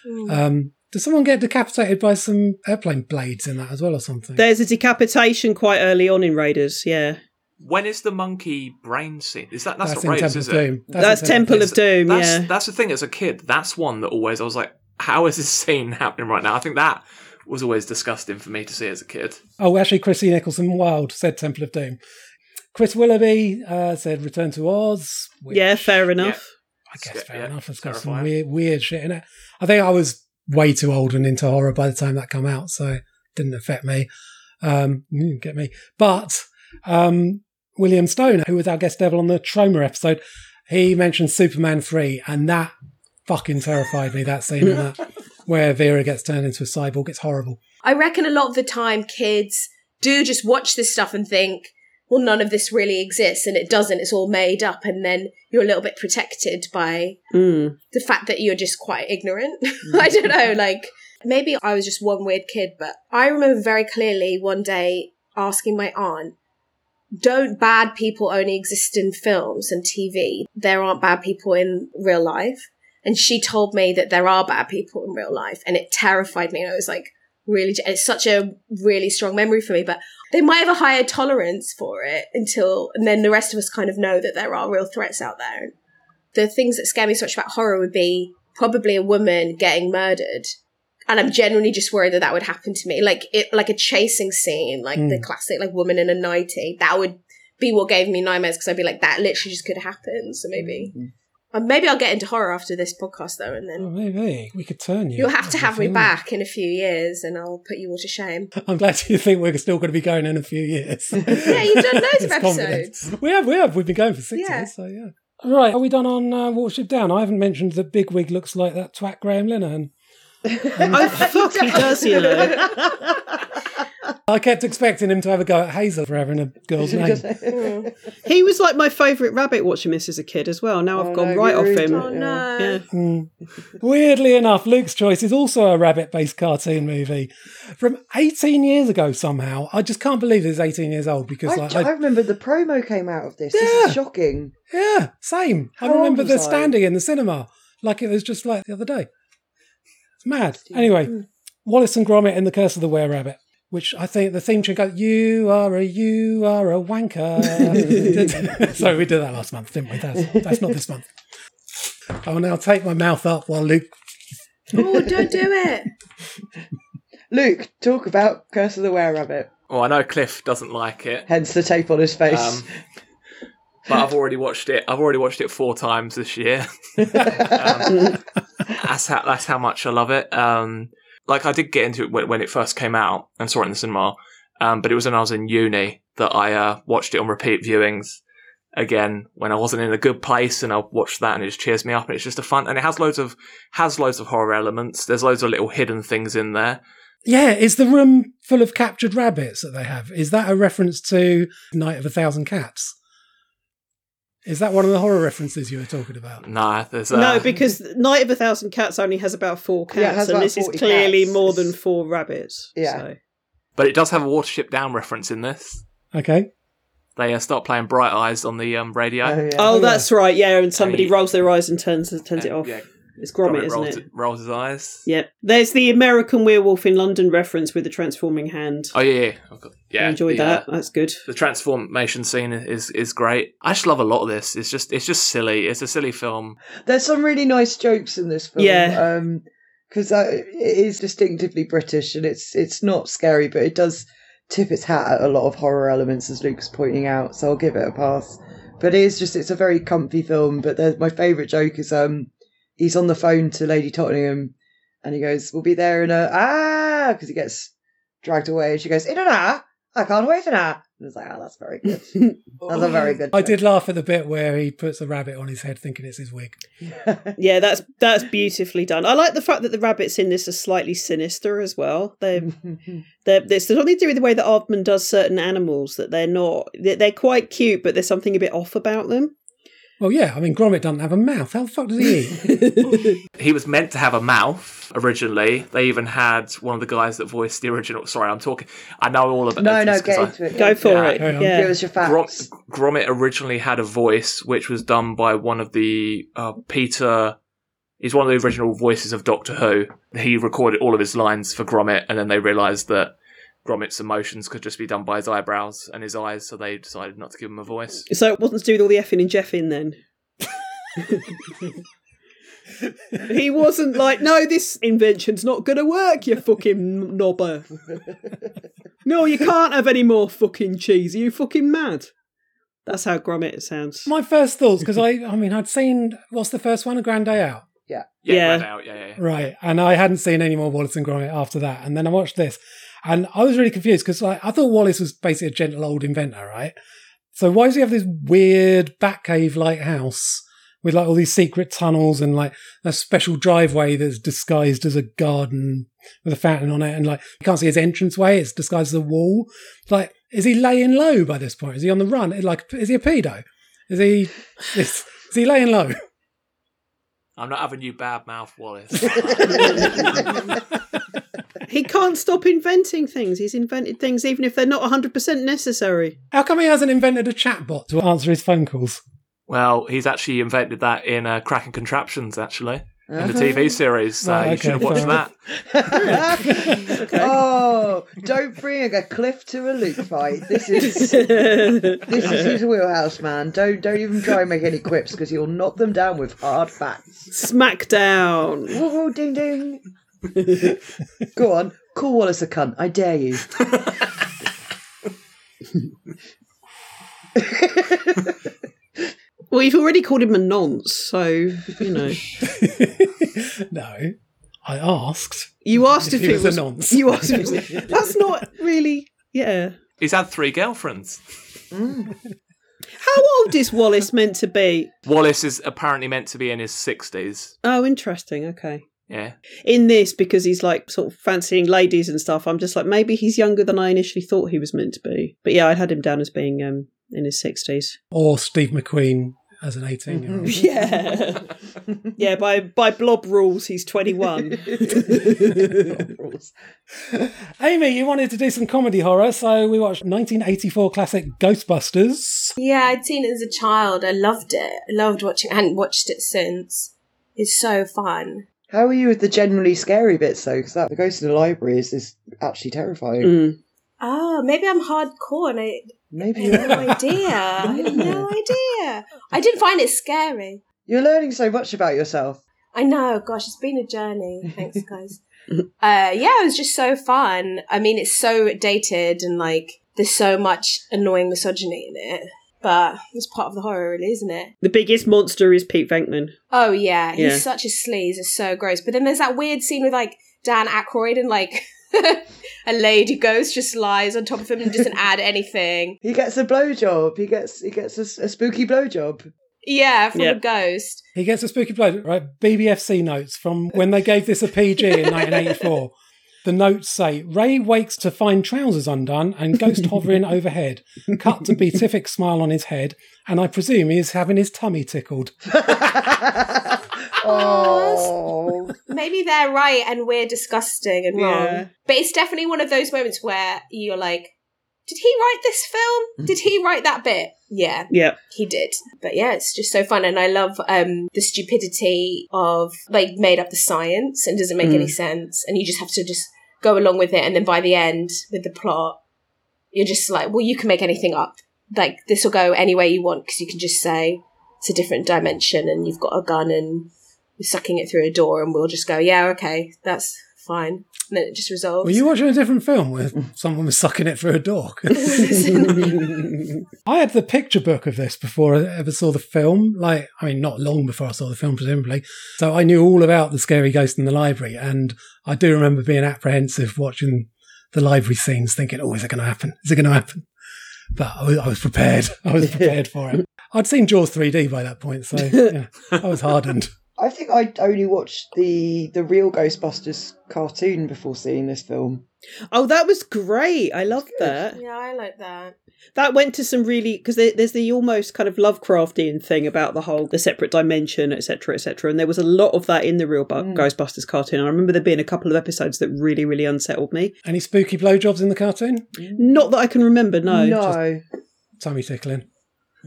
Speaker 4: Mm.
Speaker 1: Um, does someone get decapitated by some airplane blades in that as well or something?
Speaker 5: There's a decapitation quite early on in Raiders. Yeah,
Speaker 4: When is the monkey brain scene? Is that that's,
Speaker 1: That's
Speaker 4: not
Speaker 1: in
Speaker 4: Raiders,
Speaker 1: Temple
Speaker 4: is
Speaker 1: of
Speaker 4: it?
Speaker 1: Doom.
Speaker 5: that's,
Speaker 1: in
Speaker 5: Temple of Doom.
Speaker 4: That's
Speaker 5: yeah,
Speaker 4: that's the thing. As a kid, that's one that always I was like, how is this scene happening right now? I think that was always disgusting for me to see as a kid.
Speaker 1: Oh, actually, Chrissy Nicholson Wild said Temple of Doom. Chris Willoughby uh, said Return to Oz. which
Speaker 5: yeah, fair enough.
Speaker 1: I guess fair
Speaker 4: Yeah,
Speaker 1: enough. It's got some
Speaker 4: terrifying.
Speaker 1: weird, weird shit in it. I think I was way too old and into horror by the time that come out, so it didn't affect me. Um, it didn't get me. But um, William Stoner, who was our guest devil on the Troma episode, he mentioned Superman three, and that fucking terrified me. That scene in that where Vera gets turned into a cyborg. It's horrible.
Speaker 3: I reckon a lot of the time kids do just watch this stuff and think, well, none of this really exists and it doesn't, it's all made up. And then you're a little bit protected by
Speaker 5: Mm.
Speaker 3: the fact that you're just quite ignorant. I don't know, like maybe I was just one weird kid, but I remember very clearly one day asking my aunt, don't bad people only exist in films and TV? There aren't bad people in real life. And she told me that there are bad people in real life, and it terrified me. And I was like, really, it's such a really strong memory for me. But they might have a higher tolerance for it until, and then the rest of us kind of know that there are real threats out there the things that scare me so much about horror would be probably a woman getting murdered. And I'm generally just worried that that would happen to me. Like it, like a chasing scene, like the classic, like woman in a nightie. That would be what gave me nightmares because I'd be like, that literally just could happen. So maybe, and maybe I'll get into horror after this podcast though, and
Speaker 1: Oh,
Speaker 3: then
Speaker 1: maybe we could turn you.
Speaker 3: you'll have to
Speaker 1: I
Speaker 3: have me
Speaker 1: think.
Speaker 3: back in a few years, and I'll put you all to shame.
Speaker 1: I'm glad you think we're still going to be going in a few years. yeah,
Speaker 3: you've done loads of
Speaker 1: We have, we have. We've been going for six
Speaker 3: Yeah.
Speaker 1: years, so yeah. Right, are we done on uh, Watership Down? I haven't mentioned that Bigwig looks like that twat Graham Linehan.
Speaker 5: Oh fuck, he does, you know.
Speaker 1: I kept expecting him to have a go at Hazel for having a girl's name.
Speaker 5: He was like my favourite rabbit watching this as a kid as well. Now I've gone right off him.
Speaker 3: Oh no!
Speaker 5: Yeah.
Speaker 1: Weirdly enough, Luke's Choice is also a rabbit based cartoon movie from 18 years ago somehow. I just can't believe it's 18 years old because,
Speaker 2: I,
Speaker 1: like,
Speaker 2: I
Speaker 1: I,
Speaker 2: remember the promo came out of this. This
Speaker 1: Yeah.
Speaker 2: is shocking.
Speaker 1: yeah, same. I
Speaker 2: How old
Speaker 1: remember
Speaker 2: was
Speaker 1: the
Speaker 2: I?
Speaker 1: standing in the cinema like it was just like the other day. It's mad. Anyway, Wallace and Gromit and the Curse of the Were Rabbit, which I think the theme tune goes, You are a, you are a wanker. Sorry, we did that last month, didn't we? That's, that's not this month. I will now take my mouth up while Luke.
Speaker 3: Oh, don't do it.
Speaker 2: Luke, talk about Curse of the Were Rabbit.
Speaker 4: Well, Oh, I know Cliff doesn't like it,
Speaker 2: Hence the tape on his face.
Speaker 4: um, but I've already watched it. I've already watched it four times this year. um, that's how that's how much I love it. Um, like I did get into it when, when it first came out and saw it in the cinema, um, but it was when I was in uni that I uh, watched it on repeat viewings. Again, when I wasn't in a good place, and I watched that, and it just cheers me up, and it's just a fun, and it has loads of has loads of horror elements. There's loads of little hidden things in there.
Speaker 1: Yeah, is the room full of captured rabbits that they have? Is that a reference to Night of a Thousand Cats? Is that one of the horror references you were talking about?
Speaker 4: Nah, there's uh,
Speaker 5: No, because Night of a Thousand Cats only has about four cats,
Speaker 2: Yeah, it has
Speaker 5: and
Speaker 2: about
Speaker 5: this is
Speaker 2: 40
Speaker 5: clearly
Speaker 2: cats.
Speaker 5: more
Speaker 2: It's-
Speaker 5: than four rabbits.
Speaker 2: Yeah.
Speaker 5: So.
Speaker 4: but it does have a Watership Down reference in this.
Speaker 1: Okay.
Speaker 4: They uh, start playing Bright Eyes on the um, radio.
Speaker 2: Oh, yeah.
Speaker 5: Oh, that's right. Yeah, and somebody
Speaker 4: yeah.
Speaker 5: rolls their eyes and turns turns it
Speaker 4: Yeah,
Speaker 5: off.
Speaker 4: yeah.
Speaker 5: It's Gromit, isn't
Speaker 4: rolls,
Speaker 5: it?
Speaker 4: rolls his eyes.
Speaker 5: Yep. There's the American Werewolf in London reference with the transforming hand.
Speaker 4: Oh yeah, yeah. I've got- yeah
Speaker 5: I enjoyed
Speaker 4: the,
Speaker 5: that.
Speaker 4: uh,
Speaker 5: That's good.
Speaker 4: the transformation scene is is great. I just love a lot of this. It's just it's just silly. It's a silly film.
Speaker 2: There's some really nice jokes in this film.
Speaker 5: Yeah.
Speaker 2: Um, because it is distinctively British, and it's it's not scary, but it does tip its hat at a lot of horror elements, as Luke's pointing out. So I'll give it a pass. But it is just it's a very comfy film. But there's my favourite joke is um he's on the phone to Lady Tottenham, and he goes, "We'll be there in a ah," because he gets dragged away, and she goes, "In an hour." I can't wait an hour. And it's like, oh, that's very good. That's a very good.
Speaker 1: I
Speaker 2: joke.
Speaker 1: did laugh at the bit where he puts a rabbit on his head thinking it's his wig.
Speaker 5: Yeah, that's that's beautifully done. I like the fact that the rabbits in this are slightly sinister as well. They
Speaker 2: Mm.
Speaker 5: they're it's something to do with the way that Aardman does certain animals that they're not they're, they're quite cute, but there's something a bit off about them.
Speaker 1: Well, yeah, I mean, Gromit doesn't have a mouth. How the fuck does he eat?
Speaker 4: He was meant to have a mouth originally. They even had one of the guys that voiced the original. Sorry, I'm talking. I know all about
Speaker 2: no,
Speaker 4: this
Speaker 2: no,
Speaker 4: 'cause
Speaker 2: get
Speaker 4: I-
Speaker 2: into it.
Speaker 5: Go for
Speaker 4: Yeah,
Speaker 5: it.
Speaker 1: carry on.
Speaker 5: Yeah.
Speaker 2: Give us your
Speaker 4: Grom-
Speaker 2: facts.
Speaker 4: Gromit originally had a voice which was done by one of the uh, Peter. He's one of the original voices of Doctor Who. He recorded all of his lines for Gromit, and then they realised that Gromit's emotions could just be done by his eyebrows and his eyes, so they decided not to give him a voice.
Speaker 5: So it wasn't to do with all the effing and jeffing then. he wasn't like, no, this invention's not gonna work, you fucking knobber. No, you can't have any more fucking cheese. Are you fucking mad? That's how Gromit sounds.
Speaker 1: My first thoughts, because I, I mean, I'd seen what's the first one, A Grand Day Out,
Speaker 4: Yeah,
Speaker 5: Yeah.
Speaker 4: Ran out. Yeah, yeah, yeah.
Speaker 1: right? And I hadn't seen any more Wallace and Gromit after that. And then I watched this, and I was really confused because like, I thought Wallace was basically a gentle old inventor, right? So why does he have this weird Batcave like house with like all these secret tunnels and like a special driveway that's disguised as a garden with a fountain on it, and like you can't see his entranceway; it's disguised as a wall. Like, is he laying low by this point? Is he on the run? Like, is he a pedo? Is he is, is he laying low?
Speaker 4: I'm not having you bad mouth, Wallace.
Speaker 5: He can't stop inventing things. He's invented things even if they're not 100% necessary.
Speaker 1: How come he hasn't invented a chatbot to answer his phone calls?
Speaker 4: well, he's actually invented that in uh, Cracking Contraptions, actually, in the TV series. So
Speaker 1: Uh-huh. Right,
Speaker 4: you
Speaker 1: okay,
Speaker 4: should have watched
Speaker 1: fair
Speaker 4: that.
Speaker 2: Oh, don't bring a cliff to a Luke fight. This is this is his wheelhouse, man. Don't don't even try and make any quips because you'll knock them down with hard facts.
Speaker 5: Smackdown.
Speaker 2: Woo woo ding ding. Go on, call Wallace a cunt. I dare you.
Speaker 5: Well, you've already called him a nonce, so, you know.
Speaker 1: no, I asked.
Speaker 5: You asked
Speaker 1: If
Speaker 5: if,
Speaker 1: he
Speaker 5: it
Speaker 1: was a
Speaker 5: was
Speaker 1: nonce.
Speaker 5: You asked if it was- That's not really. Yeah.
Speaker 4: He's had three girlfriends.
Speaker 5: How old is Wallace meant to be?
Speaker 4: Wallace is apparently meant to be in his 60s.
Speaker 5: Oh, interesting. Okay.
Speaker 4: Yeah.
Speaker 5: In this, because he's like sort of fancying ladies and stuff, I'm just like, maybe he's younger than I initially thought he was meant to be. But yeah, I had him down as being um, in his 60s.
Speaker 1: Or Steve McQueen as an 18 year old.
Speaker 5: Yeah. yeah, by, by blob rules, he's 21.
Speaker 1: Amy, you wanted to do some comedy horror, so we watched 1984 classic Ghostbusters.
Speaker 3: Yeah, I'd seen it as a child. I loved it. I loved watching. I hadn't watched it since. It's so fun.
Speaker 2: How are you with the generally scary bits though? Because that the ghost in the library is, is actually terrifying.
Speaker 5: Mm.
Speaker 3: Oh, maybe I'm hardcore and I
Speaker 2: Maybe
Speaker 3: I
Speaker 2: you
Speaker 3: had
Speaker 2: are.
Speaker 3: no idea. I had no idea. I didn't find it scary.
Speaker 2: You're learning so much about yourself.
Speaker 3: I know. Gosh, it's been a journey. Thanks, guys. uh, yeah, it was just so fun. I mean, it's so dated and like there's so much annoying misogyny in it, but it's part of the horror, really, isn't it?
Speaker 5: The biggest monster is Pete Venkman.
Speaker 3: Oh yeah, he's
Speaker 5: Yeah.
Speaker 3: such a sleaze. It's so gross. But then there's that weird scene with like Dan Aykroyd and like a lady ghost just lies on top of him and doesn't add anything.
Speaker 2: He gets a blowjob. He gets he gets a, s- a spooky blowjob.
Speaker 3: Yeah, from
Speaker 5: Yeah.
Speaker 3: a ghost.
Speaker 1: He gets a spooky blow, right? BBFC notes from when they gave this a PG in 1984. The notes say Ray wakes to find trousers undone and ghost hovering overhead. Cut to beatific smile on his head, and I presume he is having his tummy tickled.
Speaker 2: Oh,
Speaker 3: Maybe they're right and we're disgusting and wrong.
Speaker 5: Yeah.
Speaker 3: But it's definitely one of those moments where you're like, did he write this film? Did he write that bit? Yeah,
Speaker 5: Yeah.
Speaker 3: he did. But yeah, it's just so fun. And I love um, the stupidity of like made up the science and doesn't make any
Speaker 1: Mm.
Speaker 3: sense. And you just have to just go along with it. And then by the end, with the plot, you're just like, well, you can make anything up. Like this will go any way you want because you can just say it's a different dimension and you've got a gun and you're sucking it through a door. And we'll just go, yeah, okay, that's fine. And then it just resolves.
Speaker 1: Were you watching a different film where someone was sucking it through a door? I had the picture book of this before I ever saw the film. Like, I mean, not long before I saw the film, presumably. So I knew all about the scary ghost in the library, and I do remember being apprehensive watching the library scenes, thinking, "Oh, is it going to happen? Is it going to happen?" But I was, I was prepared. I was prepared for it. I'd seen Jaws 3D by that point, so yeah, I was hardened.
Speaker 2: I think I only watched the the real Ghostbusters cartoon before seeing this film.
Speaker 5: Oh, that was great. I loved that.
Speaker 3: yeah, I like that.
Speaker 5: That went to some really because there, there's the almost kind of Lovecraftian thing about the whole the separate dimension, etc., etc. And there was a lot of that in the real Bu-
Speaker 3: Mm.
Speaker 5: Ghostbusters cartoon. I remember there being a couple of episodes that really, really unsettled me.
Speaker 1: Any spooky blowjobs in the cartoon?
Speaker 3: Mm.
Speaker 5: Not that I can remember. No,
Speaker 2: no,
Speaker 1: Tummy tickling.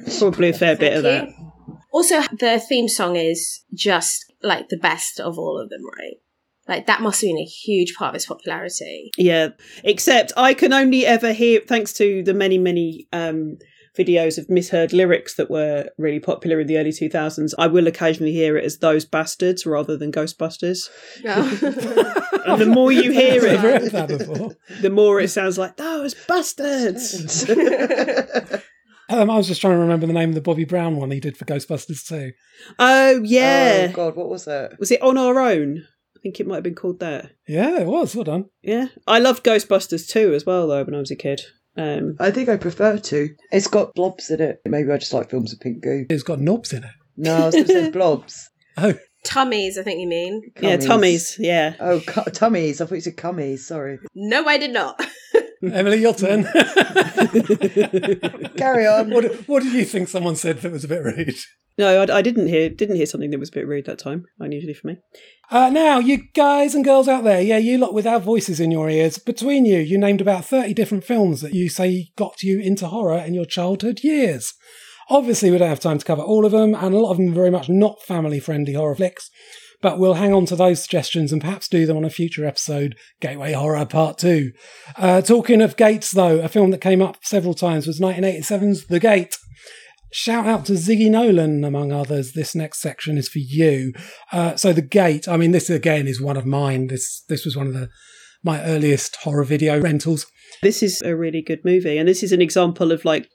Speaker 5: just probably a fair bit of that.
Speaker 3: Thank you. Also, the theme song is just like the best of all of them, right? Like that must have been a huge part of its popularity.
Speaker 5: Yeah, except I can only ever hear, thanks to the many, many um, videos of misheard lyrics that were really popular in the early 2000s, I will occasionally hear it as those bastards rather than Ghostbusters. And the more you hear
Speaker 1: I've
Speaker 5: it,
Speaker 1: heard that before.
Speaker 5: the more it sounds like those bastards.
Speaker 1: Um, I was just trying to remember the name of the Bobby Brown one he did for Ghostbusters too.
Speaker 5: Oh,
Speaker 2: oh
Speaker 5: yeah.
Speaker 2: god, what was it?
Speaker 5: was it on our own? I think it might have been called that.
Speaker 1: Yeah, it was. Well done.
Speaker 5: Yeah. I loved Ghostbusters too, as well, though, when I was a kid. Um,
Speaker 2: I think I prefer to. It's got blobs in it. Maybe I just like films with pink goo.
Speaker 1: It's got knobs in it.
Speaker 2: No, I was going to say blobs.
Speaker 1: Oh,
Speaker 3: Tummies, I think you mean.
Speaker 5: yeah, Tommy's. Yeah.
Speaker 2: Oh, cu- tummies. I thought you said cummies. Sorry.
Speaker 3: No, I did not.
Speaker 1: Emily, your turn.
Speaker 2: Carry on.
Speaker 1: what, what did you think someone said that was a bit rude?
Speaker 5: No, I, I didn't hear didn't hear something that was a bit rude that time. Unusually for me.
Speaker 1: Uh, now, you guys and girls out there, yeah, you lot with our voices in your ears, between you, you named about 30 different films that you say got you into horror in your childhood years. Obviously, we don't have time to cover all of them, and a lot of them are very much not family friendly horror flicks, but we'll hang on to those suggestions and perhaps do them on a future episode, Gateway Horror Part 2. Uh, talking of gates, though, a film that came up several times was 1987's The Gate. Shout out to Ziggy Nolan, among others. This next section is for you. Uh, so the gate. I mean, this again is one of mine. This this was one of the my earliest horror video rentals.
Speaker 5: This is a really good movie, and this is an example of like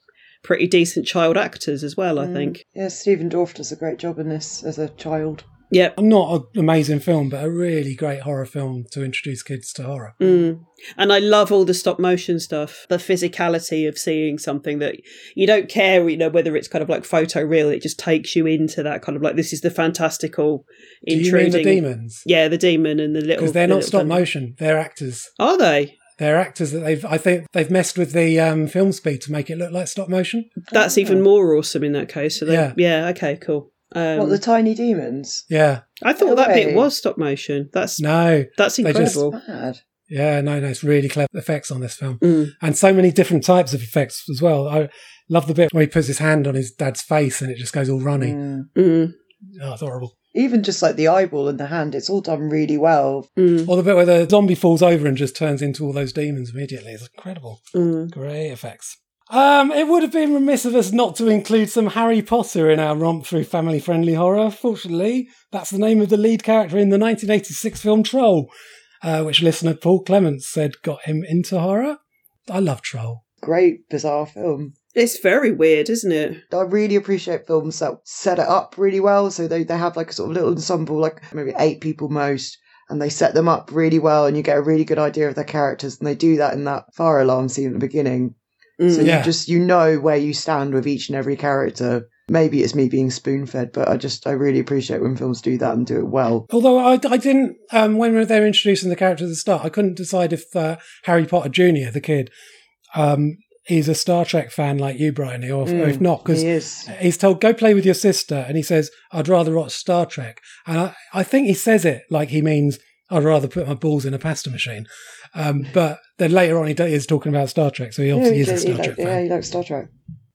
Speaker 5: pretty decent child actors as well.
Speaker 1: Mm.
Speaker 5: I think.
Speaker 2: Yeah, Stephen Dorff does a great job in this as a child.
Speaker 5: Yep.
Speaker 1: Not an amazing film, but a really great horror film to introduce kids to horror.
Speaker 5: Mm. And I love all the stop motion stuff. The physicality of seeing something that you don't care, you know, whether it's kind of like photo real. It just takes you into that kind of like this is the fantastical,
Speaker 1: Do you mean the
Speaker 5: intruding.
Speaker 1: demons?
Speaker 5: Yeah, the demon and the little.
Speaker 1: Because they're
Speaker 5: the
Speaker 1: not
Speaker 5: little
Speaker 1: stop
Speaker 5: fan-
Speaker 1: motion. They're actors.
Speaker 5: Are they?
Speaker 1: They're actors that they've. I think they've messed with the um, film speed to make it look like stop motion.
Speaker 5: That's even more awesome in that case. So they,
Speaker 1: Oh. Yeah.
Speaker 5: yeah. Okay. Cool. Um,
Speaker 2: what the tiny demons?
Speaker 1: Yeah.
Speaker 5: I thought
Speaker 2: No
Speaker 5: that
Speaker 2: way.
Speaker 5: bit was stop motion. That's
Speaker 1: No.
Speaker 5: that's
Speaker 1: they just-
Speaker 5: incredible.
Speaker 2: Bad.
Speaker 1: Yeah, no, no, it's really clever effects on this film.
Speaker 5: Mm.
Speaker 1: And so many different types of effects as well. I love the bit where he puts his hand on his dad's face and it just goes all running.
Speaker 2: Mm.
Speaker 5: Mm,
Speaker 1: Oh, it's horrible.
Speaker 2: Even just like the eyeball and the hand, it's all done really well.
Speaker 5: mm,
Speaker 1: Or the bit where the zombie falls over and just turns into all those demons immediately. It's incredible.
Speaker 5: mm.
Speaker 1: Great effects. Um, it would have been remiss of us not to include some Harry Potter in our romp through family friendly horror. Fortunately, that's the name of the lead character in the 1986 film Troll, uh, which listener Paul Clements said got him into horror. I love Troll.
Speaker 2: Great, bizarre film.
Speaker 5: It's very weird, isn't it?
Speaker 2: I really appreciate films that set it up really well. So they, they have like a sort of little ensemble, like maybe eight people most, and they set them up really well, and you get a really good idea of their characters. And they do that in that fire alarm scene at the beginning.
Speaker 5: Mm.
Speaker 2: So
Speaker 1: Mm, Yeah.
Speaker 2: you just you know where you stand with each and every character. Maybe it's me being spoon fed, but I just I really appreciate when films do that and do it well.
Speaker 1: Although I, I didn't, um, when they were introducing the character at the start, I couldn't decide if uh, Harry Potter Jr., the kid, um, is a Star Trek fan like you, Bryony, or, or if not, because
Speaker 2: He is.
Speaker 1: he's told, go play with your sister. And he says, I'd rather watch Star Trek. And I, I think he says it like he means, I'd rather put my balls in a pasta machine. Um, but then later on, he d- is talking about Star Trek. So he
Speaker 2: Yeah,
Speaker 1: obviously
Speaker 2: he,
Speaker 1: is a
Speaker 2: does- he
Speaker 1: Star
Speaker 2: like,
Speaker 1: Trek
Speaker 2: yeah,
Speaker 1: fan.
Speaker 2: he likes Star Trek.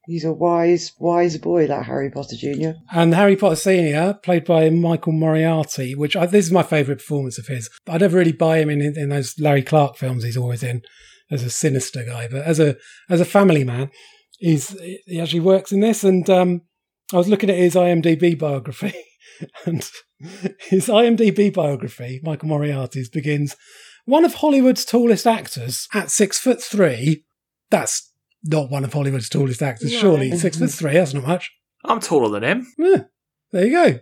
Speaker 2: He's a wise, wise boy, that Harry Potter Junior.
Speaker 1: And Harry Potter Sr., played by Michael Moriarty, which I, this is my favourite performance of his. I never really buy him in, in, in those Larry Clark films he's always in as a sinister guy, but as a as a family man, he's he actually works in this. And um, I was looking at his IMDb biography, And his IMDb biography, Michael Moriarty's, begins one of Hollywood's tallest actors at six foot three. That's not one of Hollywood's tallest actors,
Speaker 3: No.
Speaker 1: surely. Six foot three, that's not much.
Speaker 4: I'm taller than him.
Speaker 1: Yeah, there you go.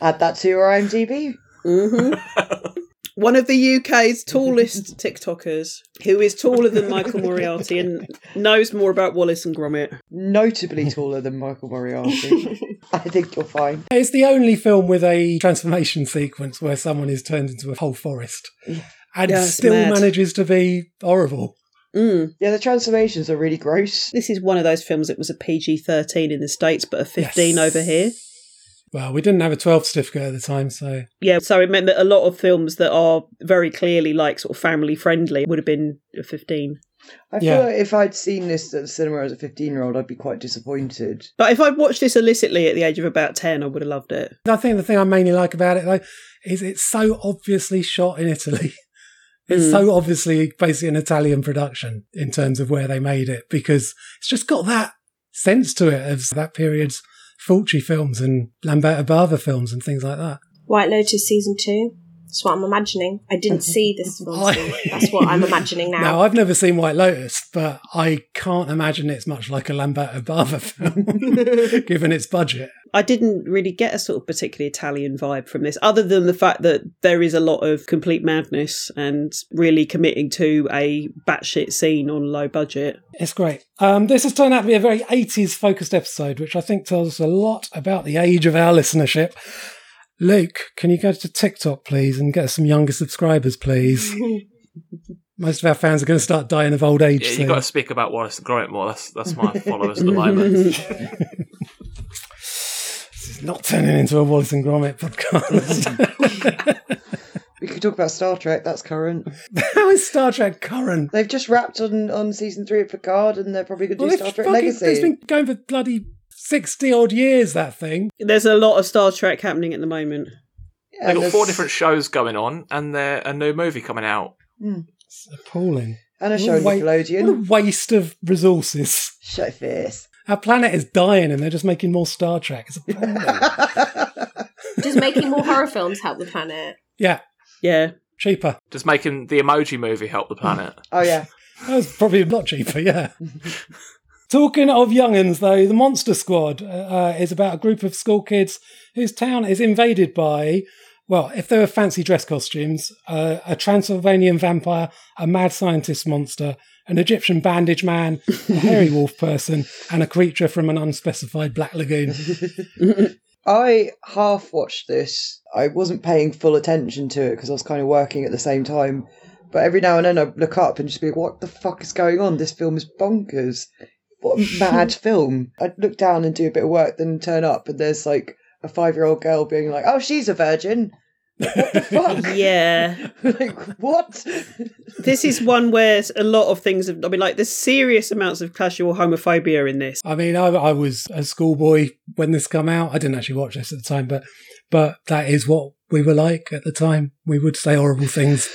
Speaker 2: Add that to your IMDb.
Speaker 5: hmm One of the UK's tallest TikTokers, who is taller than Michael Moriarty and knows more about Wallace and Gromit.
Speaker 2: Notably taller than Michael Moriarty. I think you're fine.
Speaker 1: It's the only film with a transformation sequence where someone is turned into a whole forest and
Speaker 5: Mm. Yeah, it's
Speaker 1: still
Speaker 5: mad.
Speaker 1: manages to be horrible.
Speaker 5: Mm.
Speaker 2: Yeah, the transformations are really gross.
Speaker 5: This is one of those films that was a PG 13 in the States, but a 15
Speaker 1: Yes.
Speaker 5: over here.
Speaker 1: Well, we didn't have a 12 certificate at the time, so
Speaker 5: Yeah, so it meant that a lot of films that are very clearly like sort of family friendly would have been a 15.
Speaker 2: I
Speaker 1: Yeah.
Speaker 2: feel like if I'd seen this at the cinema as a 15 year old, I'd be quite disappointed.
Speaker 5: But if I'd watched this illicitly at the age of about 10, I would have loved it.
Speaker 1: I think the thing I mainly like about it though is it's so obviously shot in Italy. It's
Speaker 5: Mm.
Speaker 1: so obviously basically an Italian production in terms of where they made it because it's just got that sense to it of that period's Fulci films and Lamberto Bava films and things like that.
Speaker 3: White Lotus season two. That's what I'm imagining. I didn't see this film. so That's what I'm imagining
Speaker 1: Now,
Speaker 3: now.
Speaker 1: I've never seen White Lotus, but I can't imagine it's much like a Lamberto Bava film, given its budget.
Speaker 5: I didn't really get a sort of particularly Italian vibe from this, other than the fact that there is a lot of complete madness and really committing to a batshit scene on low budget.
Speaker 1: It's great. Um, this has turned out to be a very 80s focused episode, which I think tells us a lot about the age of our listenership. Luke, can you go to TikTok, please, and get us some younger subscribers, please? Most of our fans are going to start dying of old age
Speaker 4: Yeah,
Speaker 1: soon.
Speaker 4: you got to speak about Wallace and Gromit more. That's that's my followers at the moment.
Speaker 1: This is not turning into a Wallace and Gromit podcast.
Speaker 2: We could talk about Star Trek, that's current.
Speaker 1: How is Star Trek current?
Speaker 2: They've just wrapped on, on season three of Picard and they're probably going to
Speaker 1: Well,
Speaker 2: do
Speaker 1: it's
Speaker 2: Star Trek
Speaker 1: fucking-
Speaker 2: Legacy.
Speaker 1: It's been going for bloody 60 odd years, that thing.
Speaker 5: There's a lot of Star Trek happening at the moment.
Speaker 2: Yeah,
Speaker 4: They've
Speaker 2: and
Speaker 4: got four
Speaker 2: there's-
Speaker 4: different shows going on, and there a new movie coming out.
Speaker 1: It's appalling.
Speaker 2: And a
Speaker 1: What
Speaker 2: show on
Speaker 1: wa- What a
Speaker 2: Nickelodeon.
Speaker 1: waste of resources.
Speaker 2: Show face.
Speaker 1: Our planet is dying and they're just making more Star Trek. It's appalling.
Speaker 3: Does making more horror films help the planet?
Speaker 1: yeah,
Speaker 5: Yeah.
Speaker 1: cheaper.
Speaker 4: Does making the Emoji movie help the planet?
Speaker 2: Oh, yeah.
Speaker 1: That was probably not cheaper, yeah. Talking of young'uns, though, the Monster Squad uh, uh, is about a group of school kids whose town is invaded by, well, if they were fancy dress costumes, uh, a Transylvanian vampire, a mad scientist monster, an Egyptian bandage man, a hairy wolf person, and a creature from an unspecified black lagoon.
Speaker 2: I half watched this. I wasn't paying full attention to it because I was kind of working at the same time. But every now and then I'd look up and just be like, what the fuck is going on? This film is bonkers. What a mad film. I'd look down and do a bit of work, then turn up, and there's like a five year old girl being like, oh, she's a virgin. Like, what the fuck?
Speaker 5: Yeah.
Speaker 2: like, what?
Speaker 5: this is one where a lot of things have, I mean, like, there's serious amounts of casual homophobia in this.
Speaker 1: I mean, I, I was a schoolboy when this come out. I didn't actually watch this at the time, but but that is what we were like at the time. We would say horrible things.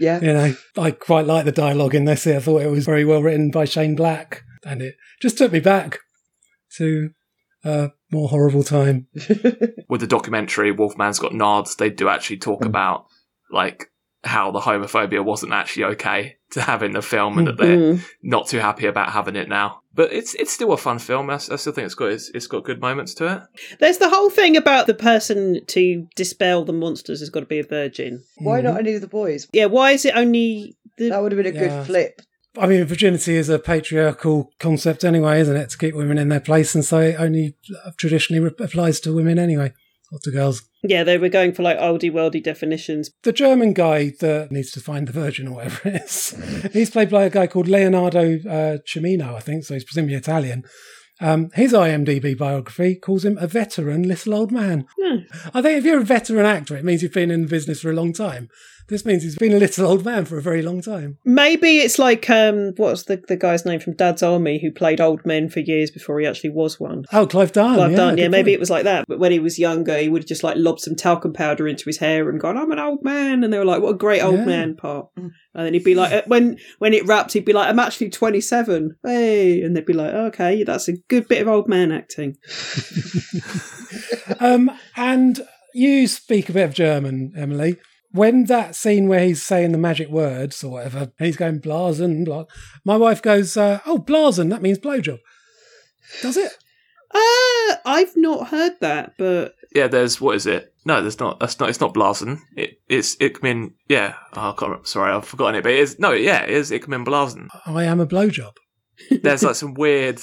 Speaker 2: Yeah.
Speaker 1: You know, I quite like the dialogue in this. I thought it was very well written by Shane Black, and it just took me back to a more horrible time.
Speaker 4: With the documentary Wolfman's Got Nards, they do actually
Speaker 2: Hmm.
Speaker 4: talk about like how the homophobia wasn't actually okay to have in the film, and that
Speaker 2: Hmm.
Speaker 4: they're
Speaker 5: Mm.
Speaker 4: not too happy about having it now. But it's it's still a fun film. I, s- I still think it's got it's, it's got good moments to it.
Speaker 5: There's the whole thing about the person to dispel the monsters has got to be a virgin.
Speaker 2: Why not any of the boys?
Speaker 5: Yeah, why is it only the.
Speaker 2: That would have been a
Speaker 1: Yeah.
Speaker 2: good flip.
Speaker 1: I mean, virginity is a patriarchal concept anyway, isn't it? To keep women in their place, and so it only traditionally re- applies to women anyway, or to girls.
Speaker 5: Yeah, they were going for like oldie worldy definitions.
Speaker 1: the German guy that needs to find the virgin or whatever it is, he's played by a guy called Leonardo uh, Cimino, I think, so he's presumably Italian. Um, his IMDb biography calls him a veteran little old man.
Speaker 5: Hmm.
Speaker 1: I think if you're a veteran actor, it means you've been in the business for a long time. This means he's been a little old man for a very long time.
Speaker 5: Maybe it's like um, what's the the guy's name from Dad's Army who played old men for years before he actually was one.
Speaker 1: Oh, Clive Dunn.
Speaker 5: Clive Dunn, yeah,
Speaker 1: good
Speaker 5: maybe
Speaker 1: point.
Speaker 5: it was like that. But when he was younger, he would have just like lobbed some talcum powder into his hair and gone, "I'm an old man," and they were like, "What a great old
Speaker 1: Yeah.
Speaker 5: man part." And then he'd be like, uh, when when it wrapped, he'd be like, I'm actually 27. Hey, and they'd be like, okay, that's a good bit of old man acting.
Speaker 1: Um, and you speak a bit of German, Emily. When that scene where he's saying the magic words or whatever, and he's going blasen, blah, my wife goes, uh, "Oh, blasen, that means blowjob." Does it?
Speaker 5: Uh, I've not heard that, but
Speaker 4: Yeah, there's what is it? No, there's not. That's not. It's not Blasen. It, it's Ickman. Yeah, oh, I can't. Remember, sorry, I've forgotten it. But it's no. Yeah, it is Ickman Blasen.
Speaker 1: I am a blowjob.
Speaker 4: There's like some weird.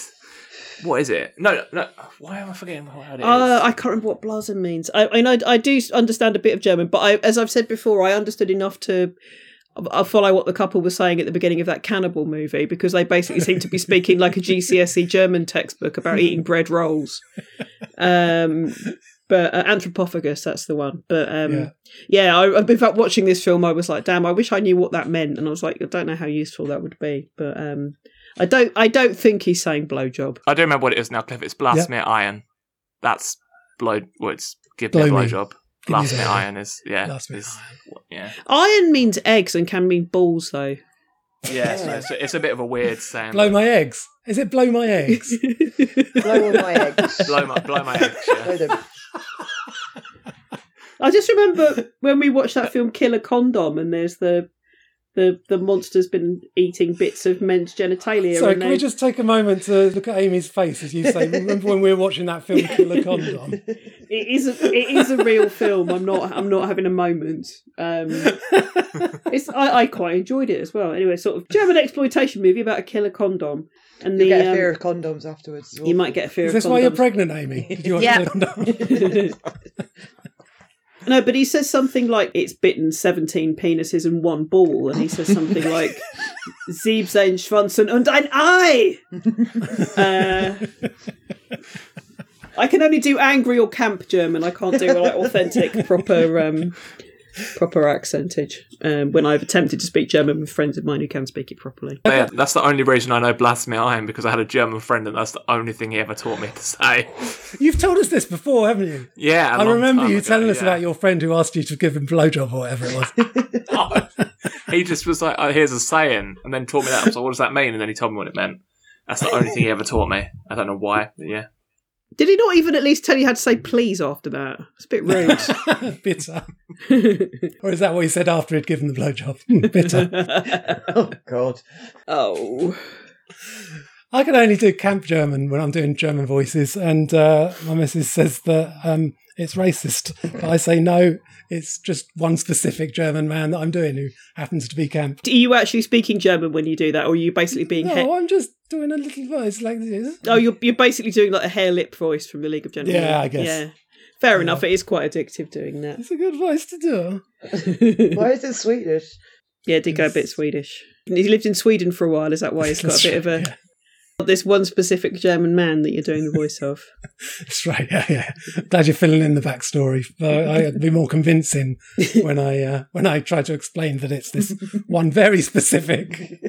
Speaker 4: What is it? No, no. Why am I forgetting what it is?
Speaker 5: uh, I can't remember what blasen means. I, I know I do understand a bit of German, but I, as I've said before, I understood enough to I follow what the couple was saying at the beginning of that cannibal movie because they basically seem to be speaking like a GCSE E German textbook about eating bread rolls. Um, but uh, anthropophagus, that's the one. But um,
Speaker 1: Yeah.
Speaker 5: yeah, I, in fact, watching this film, I was like, damn, I wish I knew what that meant, and I was like, I don't know how useful that would be, but. Um, I don't. I don't think he's saying blowjob.
Speaker 4: I don't remember what it is now, Cliff. It's Blasmere Iron. That's blow. Well, it's give me a
Speaker 1: Blow me.
Speaker 4: blowjob.
Speaker 1: Give me
Speaker 4: Blasmere
Speaker 1: that.
Speaker 4: Iron is yeah.
Speaker 1: Last bit.
Speaker 4: is- yeah.
Speaker 5: Iron means eggs and can mean balls, though.
Speaker 4: Yeah. So it's, it's a bit of a weird saying.
Speaker 1: Blow my eggs. Is it blow my eggs?
Speaker 2: Blow all my eggs.
Speaker 4: blow my blow my eggs. Yeah.
Speaker 2: Blow them.
Speaker 5: I just remember when we watched that film Killer Condom, and there's the the the monster's been eating bits of men's genitalia.
Speaker 1: Sorry,
Speaker 5: and
Speaker 1: can we
Speaker 5: they-
Speaker 1: just take a moment to look at Amy's face as you say, remember when we were watching that film Killer Condom?
Speaker 5: It is a, it is a real film. I'm not I'm not having a moment. Um, it's I, I quite enjoyed it as well. Anyway, sort of German exploitation movie about a killer condom,
Speaker 2: You
Speaker 5: and the
Speaker 2: get a
Speaker 5: um,
Speaker 2: fear of condoms afterwards. as well.
Speaker 5: you might get a fear.
Speaker 1: Is this
Speaker 5: of
Speaker 1: why you're
Speaker 5: condoms.
Speaker 1: pregnant, Amy? Did you watch
Speaker 5: Yeah.
Speaker 1: Killer Condom?
Speaker 5: No, but he says something like it's bitten seventeen penises and one ball, and he says something like Siebs ein Schwanzen und ein Ei. Uh, I can only do angry or camp German. I can't do like authentic, proper, um, proper accentage. Um, when I've attempted to speak German with friends of mine who can speak it properly,
Speaker 4: But yeah, that's the only reason I know Blasmere Iron because I had a German friend and that's the only thing he ever taught me to say.
Speaker 1: You've told us this before, haven't you?
Speaker 4: Yeah,
Speaker 1: I remember you telling us about your friend who asked you to give him blowjob or whatever it was.
Speaker 4: your. he just was like, oh, "Here's a saying," and then taught me that. I was like, "What does that mean?" And then he told me what it meant. That's the only thing he ever taught me. I don't know why, but yeah.
Speaker 5: did he not even at least tell you how to say please after that? It's a bit rude.
Speaker 1: bitter. or is that what he said after he'd given the blowjob? Hmm, bitter.
Speaker 2: Oh God.
Speaker 5: oh.
Speaker 1: I can only do camp German when I'm doing German voices, and uh, my missus says that um, it's racist. But I say no, it's just one specific German man that I'm doing who happens to be camp.
Speaker 5: Are you actually speaking German when you do that, or are you basically being? he-
Speaker 1: No, I'm just doing a little voice like this.
Speaker 5: Oh, you're you're basically doing like a hair lip voice from the League of Gentlemen.
Speaker 1: Yeah, I guess.
Speaker 5: Yeah, fair enough. It is quite addictive doing that.
Speaker 1: It's a good voice to do.
Speaker 2: Why is it Swedish?
Speaker 5: Yeah, it did go a bit Swedish. He lived in Sweden for a while. Is that why he's got
Speaker 1: That's
Speaker 5: a bit of a
Speaker 1: right,
Speaker 5: this one specific German man that you're doing the voice of?
Speaker 1: That's right. Yeah, yeah. Glad you're filling in the backstory. I, I'd be more convincing when I uh, when I try to explain that it's this one very specific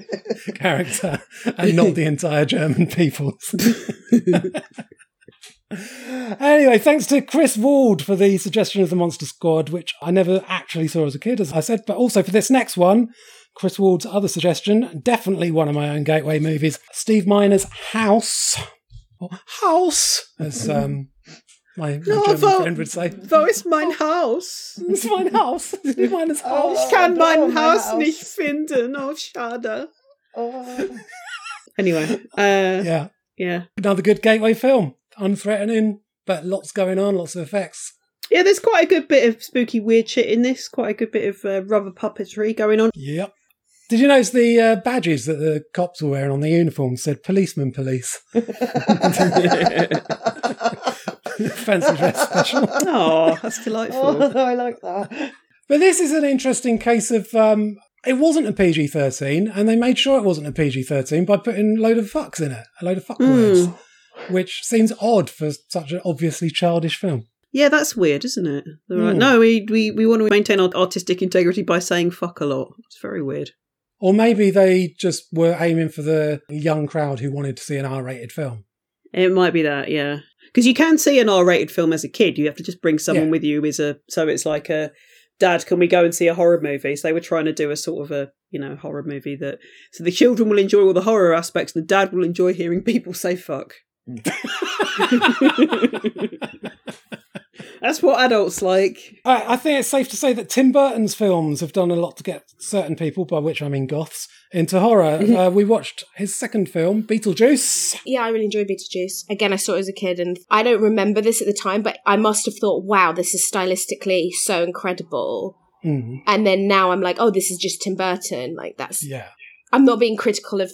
Speaker 1: character and not the entire German people. anyway, thanks to Chris Ward for the suggestion of the Monster Squad, which I never actually saw as a kid, as I said, but also for this next one. Chris Ward's other suggestion, definitely one of my own gateway movies, Steve Miner's House. Or House, as um, my, my
Speaker 5: No, I
Speaker 1: German
Speaker 5: thought-
Speaker 1: friend would say.
Speaker 5: Voice mein Haus.
Speaker 1: It's mein Haus. It's nicht meines Haus.
Speaker 5: Ich kann mein
Speaker 2: Oh, mein
Speaker 5: Haus
Speaker 2: Haus.
Speaker 5: nicht finden. Oh, schade.
Speaker 2: Oh.
Speaker 5: Anyway, uh,
Speaker 1: Yeah.
Speaker 5: yeah.
Speaker 1: Another good gateway film. Unthreatening, but lots going on, lots of effects.
Speaker 5: Yeah, there's quite a good bit of spooky weird shit in this. Quite a good bit of uh, rubber puppetry going on.
Speaker 1: Yep. Did you notice the uh, badges that the cops were wearing on the uniforms said policeman police? Fancy dress special.
Speaker 5: Oh, that's delightful.
Speaker 2: Oh, I like that.
Speaker 1: But this is an interesting case of um, it wasn't a PG 13, and they made sure it wasn't a PG 13 by putting a load of fucks in it, a load of fuck words, which seems odd for such an obviously childish film.
Speaker 5: Yeah, that's weird, isn't it? They're like,
Speaker 1: Mm.
Speaker 5: no, we, we, we want to maintain our artistic integrity by saying fuck a lot. It's very weird.
Speaker 1: Or maybe they just were aiming for the young crowd who wanted to see an R rated film.
Speaker 5: It might be that, yeah. Because you can see an R rated film as a kid. You have to just bring someone
Speaker 1: Yeah.
Speaker 5: with you. Is a So it's like a Dad, can we go and see a horror movie? So they were trying to do a sort of a, you know, horror movie that so the children will enjoy all the horror aspects and the dad will enjoy hearing people say fuck. That's what adults like.
Speaker 1: I, I think it's safe to say that Tim Burton's films have done a lot to get certain people, by which I mean goths, into horror. uh, we watched his second film, Beetlejuice.
Speaker 3: Yeah, I really enjoyed Beetlejuice. Again, I saw it as a kid, and I don't remember this at the time, but I must have thought, wow, this is stylistically so incredible.
Speaker 1: Mhm.
Speaker 3: And then now I'm like, oh, this is just Tim Burton. Like, that's.
Speaker 1: Yeah.
Speaker 3: I'm not being critical of.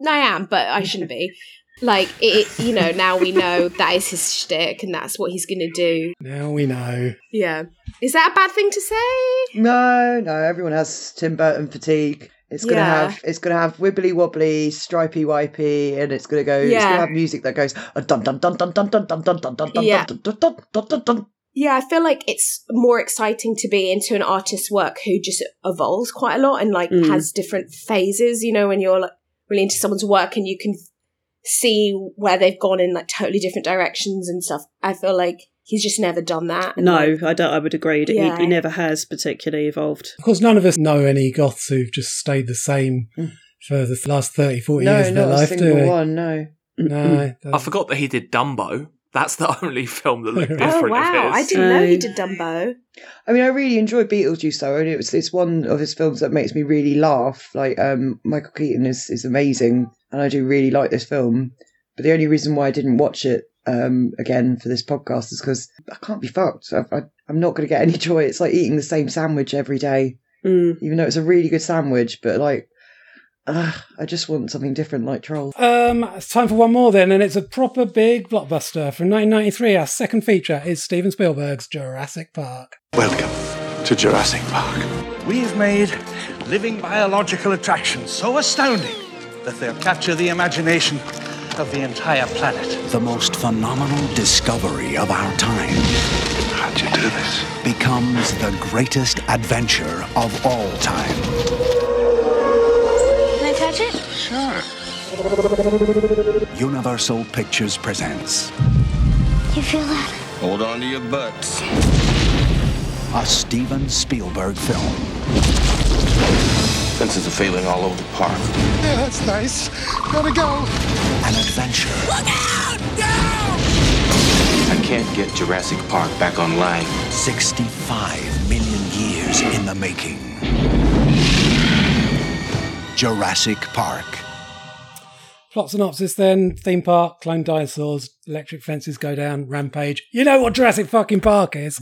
Speaker 3: No, I am, but I shouldn't be. Like, it, it- you know, now we know that is his shtick and that's what he's going to do.
Speaker 1: Now we know.
Speaker 3: Yeah. Is that a bad thing to say?
Speaker 2: No, no, everyone has Tim Burton fatigue. It's gonna
Speaker 3: Yeah.
Speaker 2: have it's gonna have wibbly wobbly, stripey wipey, and it's gonna go it's
Speaker 3: Yeah.
Speaker 2: gonna have music that goes uh, dun dun dun dun dun dun dun dun dun dun dun
Speaker 3: Yeah.
Speaker 2: dun dun dun dun dun dun
Speaker 3: Yeah, I feel like it's more exciting to be into an artist's work who just evolves quite a lot and like
Speaker 5: Mm.
Speaker 3: has different phases. You know, when you're like really into someone's work and you can see where they've gone in like totally different directions and stuff. I feel like he's just never done that. And,
Speaker 5: No,
Speaker 3: like,
Speaker 5: I don't. I would agree. He-
Speaker 3: Yeah.
Speaker 5: He, never has particularly evolved.
Speaker 1: Of course, none of us know any goths who've just stayed the same for the last 30, 40 years
Speaker 2: Mm. No,
Speaker 1: of their
Speaker 2: not a
Speaker 1: life, do
Speaker 2: single
Speaker 1: they?
Speaker 2: one, Mm. no.
Speaker 1: No.
Speaker 4: I
Speaker 1: they're-
Speaker 4: forgot that he did Dumbo. That's the only film that looked
Speaker 1: Oh,
Speaker 4: different.
Speaker 3: oh wow,
Speaker 4: of
Speaker 3: I
Speaker 4: his.
Speaker 3: didn't know he
Speaker 5: Um,
Speaker 3: did Dumbo.
Speaker 2: I mean, I really enjoy Beetlejuice though, and it's it's one of his films that makes me really laugh. Like um, Michael Keaton is is amazing, and I do really like this film. But the only reason why I didn't watch it um again for this podcast is because I can't be fucked. I, I, I'm not going to get any joy. It's like eating the same sandwich every day,
Speaker 5: Mm.
Speaker 2: even though it's a really good sandwich. But like, ugh, I just want something different, like Troll.
Speaker 1: Um, it's time for one more then, and it's a proper big blockbuster from 1993. Our second feature is Steven Spielberg's Jurassic Park.
Speaker 6: Welcome to Jurassic Park.
Speaker 8: We've made living biological attractions so astounding that they'll capture the imagination of the entire planet.
Speaker 9: The most phenomenal discovery of our time
Speaker 6: How'd you do this?
Speaker 9: becomes the greatest adventure of all time.
Speaker 7: Can I touch it?
Speaker 9: Universal Pictures presents
Speaker 7: You feel that?
Speaker 10: Hold on to your butts.
Speaker 9: a Steven Spielberg film.
Speaker 10: Fences are failing all over the park.
Speaker 8: Yeah, that's nice. Gotta go.
Speaker 9: An adventure
Speaker 10: I can't get Jurassic Park back online.
Speaker 9: 65 million years in the making. Jurassic Park.
Speaker 1: Plot synopsis then theme park, clone dinosaurs, electric fences go down, rampage. You know what Jurassic fucking Park is.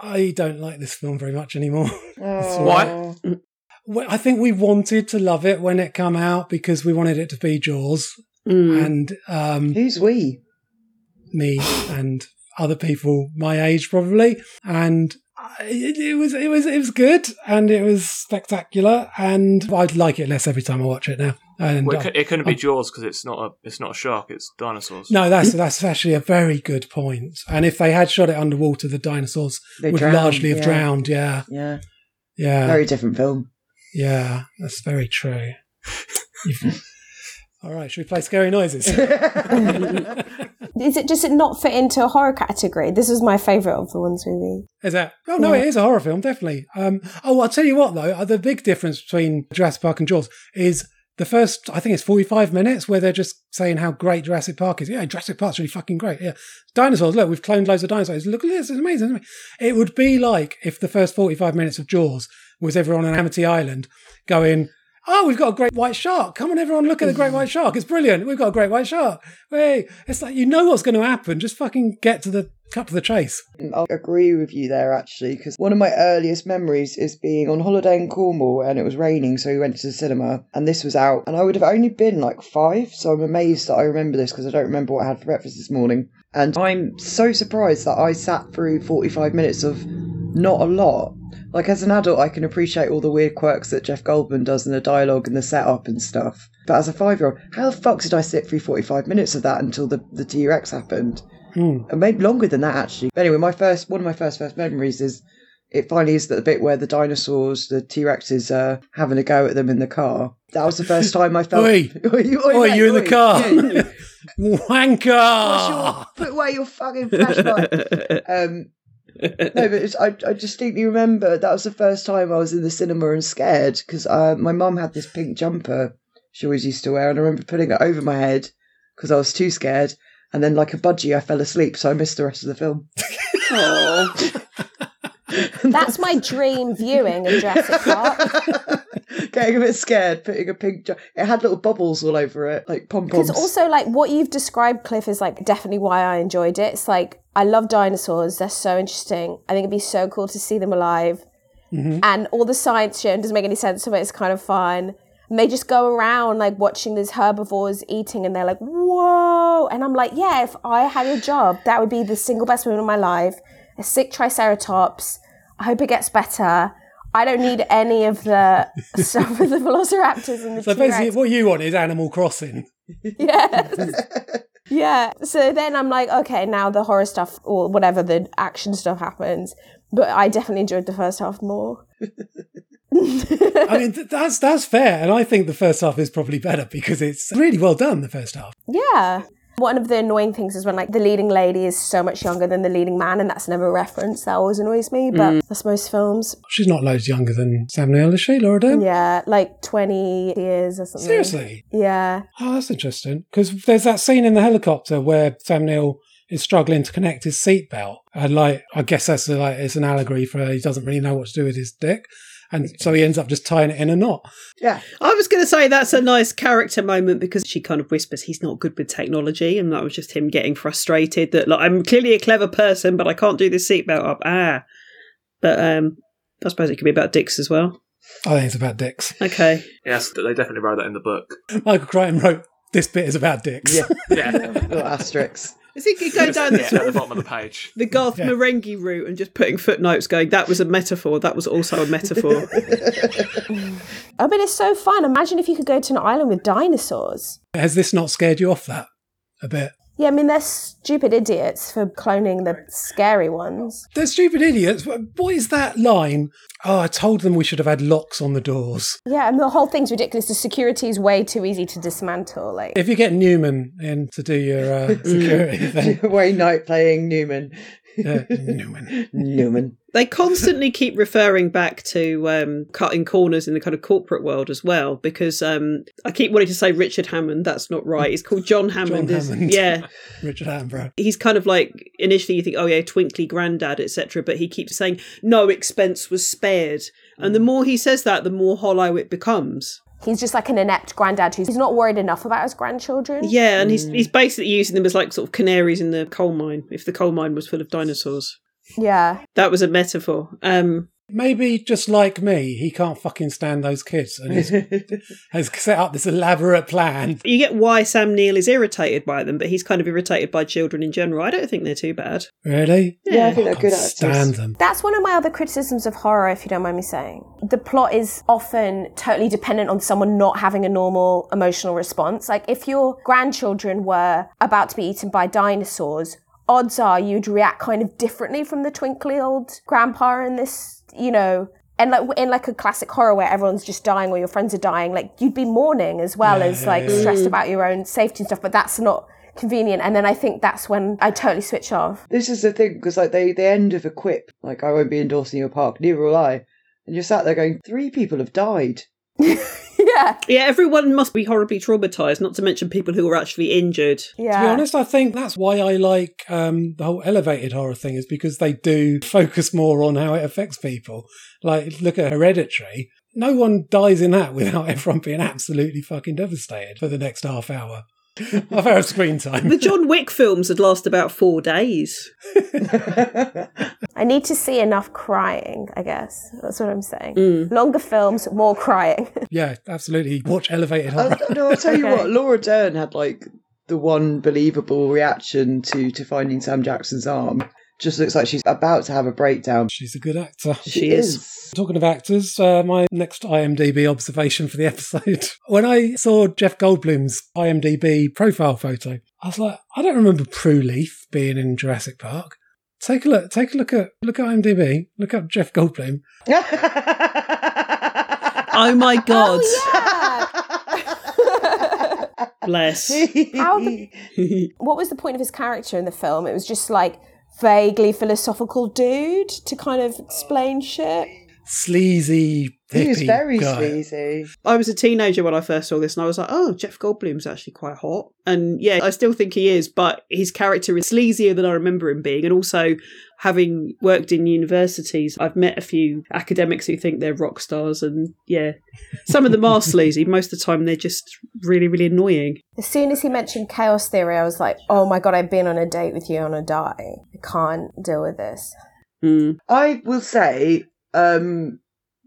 Speaker 1: I don't like this film very much anymore.
Speaker 4: Why?
Speaker 1: Well, I think we wanted to love it when it came out because we wanted it to be Jaws
Speaker 5: Mm.
Speaker 1: and um,
Speaker 2: Who's we?
Speaker 1: me and other people my age probably and I- it, it was it was it was good and it was spectacular and I'd like it less every time I watch it now and
Speaker 4: Well,
Speaker 1: I-
Speaker 4: it, cou- it couldn't be Jaws because it's not a it's not a shark. It's dinosaurs.
Speaker 1: No, that's that's actually a very good point. And if they had shot it underwater, the dinosaurs
Speaker 2: They
Speaker 1: would
Speaker 2: drowned,
Speaker 1: largely have
Speaker 2: yeah.
Speaker 1: drowned. Yeah,
Speaker 2: Yeah,
Speaker 1: yeah,
Speaker 2: very different film.
Speaker 1: yeah. That's very true. You've- All right, should we play scary noises?
Speaker 3: Is it just it not fit into a horror category? This was my favourite of the ones we
Speaker 1: Is that? Oh no, it is a horror film, definitely. Um, oh, I'll tell you what though, uh, the big difference between Jurassic Park and Jaws is the first. I think it's forty-five minutes where they're just saying how great Jurassic Park is. Yeah, Jurassic Park's really fucking great. Yeah, dinosaurs. Look, we've cloned loads of dinosaurs. Look at this, it's amazing. isn't it? It would be like if the first forty-five minutes of Jaws was everyone on Amity Island going. Oh, we've got a great white shark. Come on, everyone, look at the great white shark. It's brilliant. We've got a great white shark. Hey, it's like, you know what's going to happen. Just fucking get to the cut to the chase.
Speaker 2: I Um, agree with you there actually, because one of my earliest memories is being on holiday in Cornwall and it was raining, so we went to the cinema and this was out. And I would have only been like five, so I'm amazed that I remember this because I don't remember what I had for breakfast this morning. And I'm so surprised that I sat through 45 minutes of not a lot. Like as an adult, I can appreciate all the weird quirks that Jeff Goldman does in the dialogue and the setup and stuff. But as a five-year-old, how the fuck did I sit through 45 minutes of that until the, the T-Rex happened?
Speaker 1: Hmm.
Speaker 2: and maybe longer than that actually. But anyway, my first one of my first first memories is it finally is the bit where the dinosaurs, the T Rexes, are having a go at them in the car. That was the first time I felt.
Speaker 1: Oi.
Speaker 2: oi,
Speaker 1: Oh,
Speaker 2: mate,
Speaker 1: you in the
Speaker 2: oi.
Speaker 1: car.
Speaker 2: Yeah, yeah.
Speaker 1: Wanker!
Speaker 2: Put away your fucking flashlight. um, no, but it's, I, I distinctly remember that was the first time I was in the cinema and scared because uh, my mum had this pink jumper she always used to wear, and I remember putting it over my head because I was too scared. And then, like a budgie, I fell asleep, so I missed the rest of the film.
Speaker 3: That's my dream viewing of Jurassic Park.
Speaker 2: Getting a bit scared, putting a pink. Ju- it had little bubbles all over it, like pom poms.
Speaker 3: Because also, like what you've described, Cliff, is like definitely why I enjoyed it. It's like I love dinosaurs; they're so interesting. I think it'd be so cool to see them alive.
Speaker 1: Mm-hmm.
Speaker 3: And all the science shown doesn't make any sense, but it's kind of fun. And they just go around like watching these herbivores eating, and they're like, "Whoa!" And I'm like, "Yeah, if I had a job, that would be the single best moment of my life. A sick triceratops. I hope it gets better." I don't need any of the stuff with the velociraptors and the
Speaker 1: So
Speaker 3: T-Rex.
Speaker 1: basically, what you want is Animal Crossing.
Speaker 3: Yeah. So then I'm like, okay, now the horror stuff or whatever the action stuff happens. But I definitely enjoyed the first half more.
Speaker 1: I mean, th- that's that's fair, and I think the first half is probably better because it's really well done. The first half.
Speaker 3: Yeah. One of the annoying things is when like the leading lady is so much younger than the leading man, and that's never a reference. That always annoys me. But
Speaker 1: Mm.
Speaker 3: that's most films.
Speaker 1: She's not loads younger than Sam Neill, is she, Laura Dern?
Speaker 3: Yeah, like twenty years or something.
Speaker 1: Seriously?
Speaker 3: Yeah.
Speaker 1: Oh, that's interesting. Because there's that scene in the helicopter where Sam Neill is struggling to connect his seatbelt, and like I guess that's uh, like it's an allegory for he doesn't really know what to do with his dick, and so he ends up just tying it in a knot.
Speaker 2: Yeah.
Speaker 5: I was going to say that's a nice character moment because she kind of whispers he's not good with technology. And that was just him getting frustrated that, like, I'm clearly a clever person, but I can't do this seatbelt up. Ah. But um, I suppose it could be about dicks as well.
Speaker 1: I think it's about dicks.
Speaker 5: Okay.
Speaker 4: Yes, they definitely wrote that in the book.
Speaker 1: Michael Crichton wrote this bit is about dicks. Yeah.
Speaker 2: Little asterisks.
Speaker 5: I think you go down
Speaker 4: yeah,
Speaker 5: this
Speaker 4: at the bottom of the page.
Speaker 5: the Garth Marenghi route and just putting footnotes going, that was a metaphor, that was also a metaphor.
Speaker 3: I mean, it's so fun. Imagine if you could go to an island with dinosaurs.
Speaker 1: Has this not scared you off that a bit?
Speaker 3: Yeah, I mean, they're stupid idiots for cloning the scary ones.
Speaker 1: They're stupid idiots. What what is that line? Oh, I told them we should have had locks on the doors.
Speaker 3: Yeah, and the whole thing's ridiculous. The security is way too easy to dismantle. Like,
Speaker 1: If you get Newman in to do your uh, security, then
Speaker 2: Wayne Knight playing Newman.
Speaker 1: Yeah, Newman.
Speaker 2: Newman.
Speaker 5: They constantly keep referring back to um, cutting corners in the kind of corporate world as well, because um, I keep wanting to say Richard Hammond. That's not right. It's called John Hammond. is-
Speaker 1: Hammond.
Speaker 5: Yeah,
Speaker 1: Richard Attenborough.
Speaker 5: he's kind of like initially you think, oh yeah, twinkly granddad, etc. But he keeps saying no expense was spared, and the more he says that, the more hollow it becomes.
Speaker 3: he's just like an inept granddad who's he's not worried enough about his grandchildren.
Speaker 5: Yeah, and he's he's basically using them as like sort of canaries in the coal mine. If the coal mine was full of dinosaurs,
Speaker 3: Yeah.
Speaker 5: that was a metaphor. Um,
Speaker 1: Maybe just like me, he can't fucking stand those kids and he's, has set up this elaborate plan.
Speaker 5: You get why Sam Neill is irritated by them, but he's kind of irritated by children in general. I don't think they're too bad.
Speaker 1: Really?
Speaker 2: Yeah, I think they're good
Speaker 1: Can't Stand
Speaker 2: actors.
Speaker 1: them.
Speaker 3: That's one of my other criticisms of horror, if you don't mind me saying. The plot is often totally dependent on someone not having a normal emotional response. Like, if your grandchildren were about to be eaten by dinosaurs, odds are you'd react kind of differently from the twinkly old grandpa in this, you know. And like in like a classic horror where everyone's just dying or your friends are dying, like you'd be mourning as well
Speaker 1: Yeah,
Speaker 3: as
Speaker 1: yeah,
Speaker 3: like
Speaker 1: yeah.
Speaker 3: stressed about your own safety and stuff. But that's not convenient. And then I think that's when I totally switch off.
Speaker 2: This is the thing because like they they end with a quip like I won't be endorsing your park, neither will I. And you're sat there going, three people have died.
Speaker 3: yeah.
Speaker 5: Yeah, everyone must be horribly traumatized, not to mention people who are actually injured.
Speaker 3: Yeah.
Speaker 1: To be honest, I think that's why I like um, the whole elevated horror thing is because they do focus more on how it affects people. Like, look at Hereditary. No one dies in that without everyone being absolutely fucking devastated for the next half hour. half hour of screen time.
Speaker 5: The John Wick films would last about four days.
Speaker 3: I need to see enough crying, I guess. That's what I'm saying. Longer films, more crying.
Speaker 1: yeah, absolutely. Watch elevated horror.
Speaker 2: I'll, no, I'll tell you
Speaker 3: Okay.
Speaker 2: what, Laura Dern had like the one believable reaction to to finding Sam Jackson's arm. Just looks like she's about to have a breakdown.
Speaker 1: She's a good actor.
Speaker 5: She is.
Speaker 1: Talking of actors, uh, my next IMDb observation for the episode. When I saw Jeff Goldblum's IMDb profile photo, I was like, I don't remember Prue Leaf being in Jurassic Park. Take a look. Take a look at look at IMDb. Look up Jeff Goldblum.
Speaker 5: Oh my god.
Speaker 3: Oh,
Speaker 5: Bless.
Speaker 3: yeah. How the- what was the point of his character in the film? It was just like vaguely philosophical dude to kind of explain shit.
Speaker 1: Sleazy.
Speaker 2: He was
Speaker 1: hippie
Speaker 2: very
Speaker 1: guy.
Speaker 2: sleazy.
Speaker 5: I was a teenager when I first saw this, and I was like, "Oh, Jeff Goldblum's actually quite hot." And yeah, I still think he is, but his character is sleazier than I remember him being. And also, having worked in universities, I've met a few academics who think they're rock stars, and yeah, some of them are sleazy. Most of the time, they're just really, really annoying.
Speaker 3: As soon as he mentioned chaos theory, I was like, oh my god, I've been on a date with you on a die. I can't deal with this.
Speaker 5: Mm.
Speaker 2: I will say, um,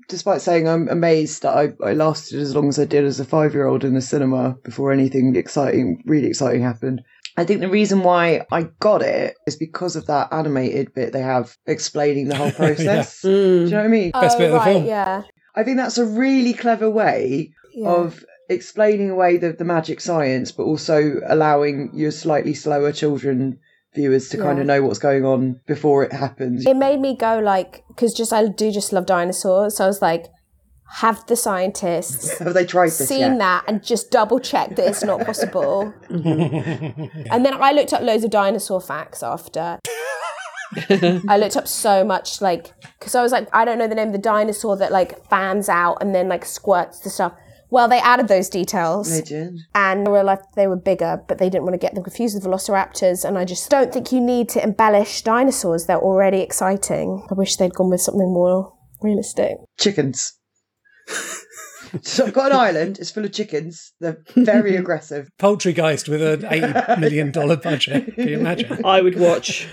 Speaker 2: despite saying I'm amazed that I, I lasted as long as I did as a five year old in the cinema before anything exciting, really exciting happened, I think the reason why I got it is because of that animated bit they have explaining the whole process. Do
Speaker 5: Mm.
Speaker 2: you know what I mean?
Speaker 3: Oh, right, Yeah.
Speaker 2: I think that's a really clever way
Speaker 3: Yeah.
Speaker 2: of explaining away the, the magic science, but also allowing your slightly slower children viewers to kind
Speaker 3: Yeah.
Speaker 2: of know what's going on before it happens.
Speaker 3: It made me go like, because just I do just love dinosaurs, so I was like, have the scientists
Speaker 2: Have they tried this
Speaker 3: seen
Speaker 2: yet?
Speaker 3: that and just double check that it's not possible? And then I looked up loads of dinosaur facts after. I looked up so much, like, because I was like, I don't know the name of the dinosaur that, like, fans out and then, like, squirts the stuff. Well, they added those details.
Speaker 2: Legend.
Speaker 3: And in real life, they were bigger, but they didn't want to get them confused with velociraptors. And I just don't think you need to embellish dinosaurs. They're already exciting. I wish they'd gone with something more realistic.
Speaker 2: Chickens. so I've got an island, it's full of chickens. They're very aggressive.
Speaker 1: Poultrygeist with an $80 million budget. Can you imagine?
Speaker 5: I would watch.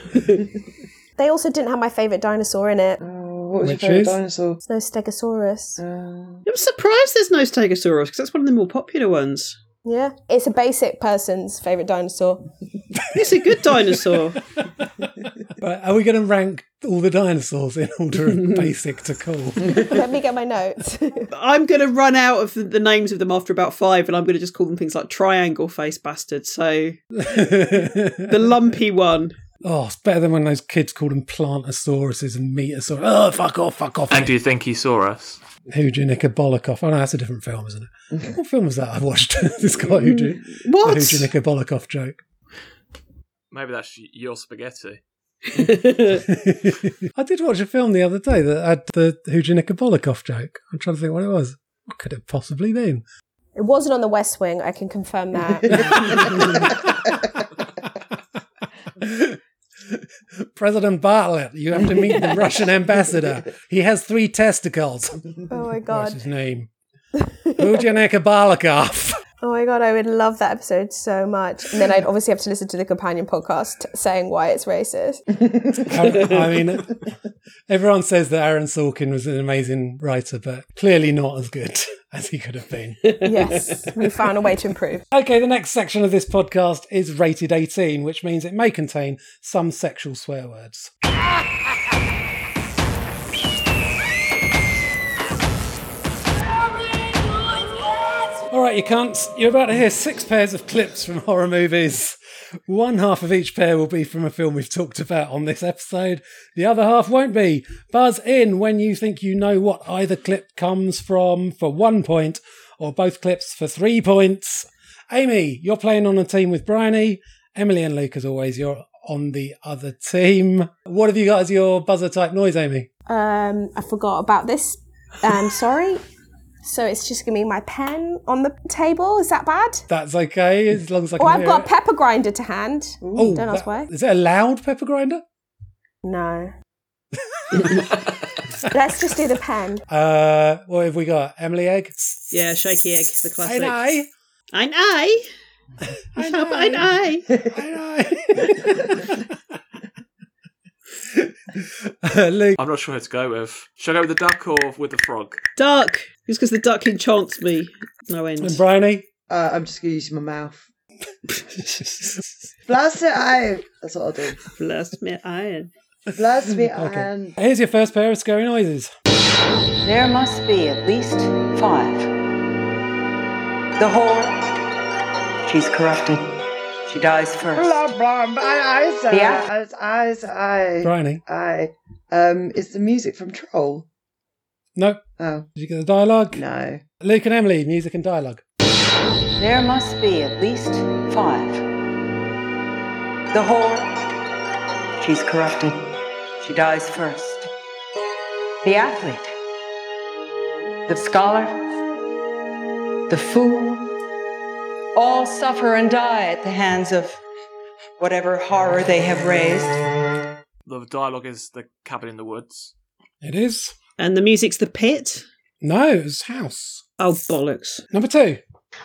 Speaker 3: They also didn't have my favourite dinosaur in it.
Speaker 2: What was
Speaker 1: Which
Speaker 2: your favourite
Speaker 1: is?
Speaker 2: dinosaur?
Speaker 3: There's no Stegosaurus.
Speaker 5: I'm surprised there's no Stegosaurus because that's one of the more popular ones.
Speaker 3: Yeah. It's a basic person's favourite dinosaur.
Speaker 5: It's a good dinosaur.
Speaker 1: But are we going to rank all the dinosaurs in order of basic to cool?
Speaker 3: Let me get my notes.
Speaker 5: I'm going to run out of the, the names of them after about five, and I'm going to just call them things like triangle face bastard. So the lumpy one.
Speaker 1: Oh, it's better than when those kids called them plantosauruses and metasauruses. Oh, fuck off, fuck off.
Speaker 4: And do you think he saw us?
Speaker 1: Hujunika Bolokov. Oh, no, that's a different film, isn't it? what film was that I watched? it's got Huju.
Speaker 5: What?
Speaker 1: The Hujunika Bolokov joke.
Speaker 4: Maybe that's y- your spaghetti.
Speaker 1: I did watch a film the other day that had the Hujunika Bolokov joke. I'm trying to think what it was. What could it possibly been?
Speaker 3: it wasn't on the West Wing, I can confirm that.
Speaker 1: President Bartlett, you have to meet the Russian ambassador. He has three testicles.
Speaker 3: oh my
Speaker 1: What's
Speaker 3: god.
Speaker 1: his name? Hujunika Bolokov.
Speaker 3: Oh my god, I would love that episode so much. And then I'd obviously have to listen to the companion podcast saying why it's racist.
Speaker 1: I mean, everyone says that Aaron Sorkin was an amazing writer, but clearly not as good as he could have been.
Speaker 3: yes, we found a way to improve.
Speaker 1: Okay, the next section of this podcast is rated 18, which means it may contain some sexual swear words. All right, you cunts, you're about to hear six pairs of clips from horror movies. One half of each pair will be from a film we've talked about on this episode. The other half won't be. Buzz in when you think you know what either clip comes from for one point, or both clips for three points. Amy, you're playing on a team with Bryony. Emily and Luke, as always, you're on the other team. What have you got as your buzzer type noise, Amy?
Speaker 3: Um, I forgot about this. Um, sorry. So it's just gonna be my pen on the table. Is that bad?
Speaker 1: That's okay, as long as I can.
Speaker 3: Oh, I've
Speaker 1: hear
Speaker 3: got a
Speaker 1: it.
Speaker 3: pepper grinder to hand.
Speaker 1: Oh,
Speaker 3: Don't
Speaker 1: that-
Speaker 3: ask why.
Speaker 1: Is it a loud pepper grinder?
Speaker 3: No. Let's just do the pen.
Speaker 1: Uh, what have we got? Emily Egg?
Speaker 5: Yeah, shaky egg, the classic.
Speaker 1: I
Speaker 5: An eye. An eye.
Speaker 1: know. I know. uh, Luke.
Speaker 4: I'm not sure who to go with. Should I go with the duck or with the frog?
Speaker 5: Duck. Just because the duck enchants me. No end.
Speaker 1: And Bryony?
Speaker 2: Uh, I'm just going to use my mouth. Blast it out. That's what I'll do.
Speaker 5: Blast me iron.
Speaker 2: Blast me and
Speaker 1: Here's your first pair of scary noises.
Speaker 11: There must be at least five. The whore. She's corrupted. She dies first.
Speaker 2: blah blah blah. I, I,
Speaker 11: Yeah.
Speaker 2: I, I, I, I,
Speaker 1: Bryony?
Speaker 2: I. Um, it's the music from Troll.
Speaker 1: Nope.
Speaker 2: Oh
Speaker 1: Did you get the dialogue?
Speaker 2: no.
Speaker 1: Luke and Emily, music and dialogue.
Speaker 11: There must be at least five. The whore. She's corrupted. She dies first. The athlete, the scholar, the fool, all suffer and die at the hands of whatever horror they have raised.
Speaker 4: The dialogue is the cabin in the woods.
Speaker 1: It is.
Speaker 5: And the music's The Pit?
Speaker 1: No, it's House.
Speaker 5: Oh, bollocks.
Speaker 1: Number two.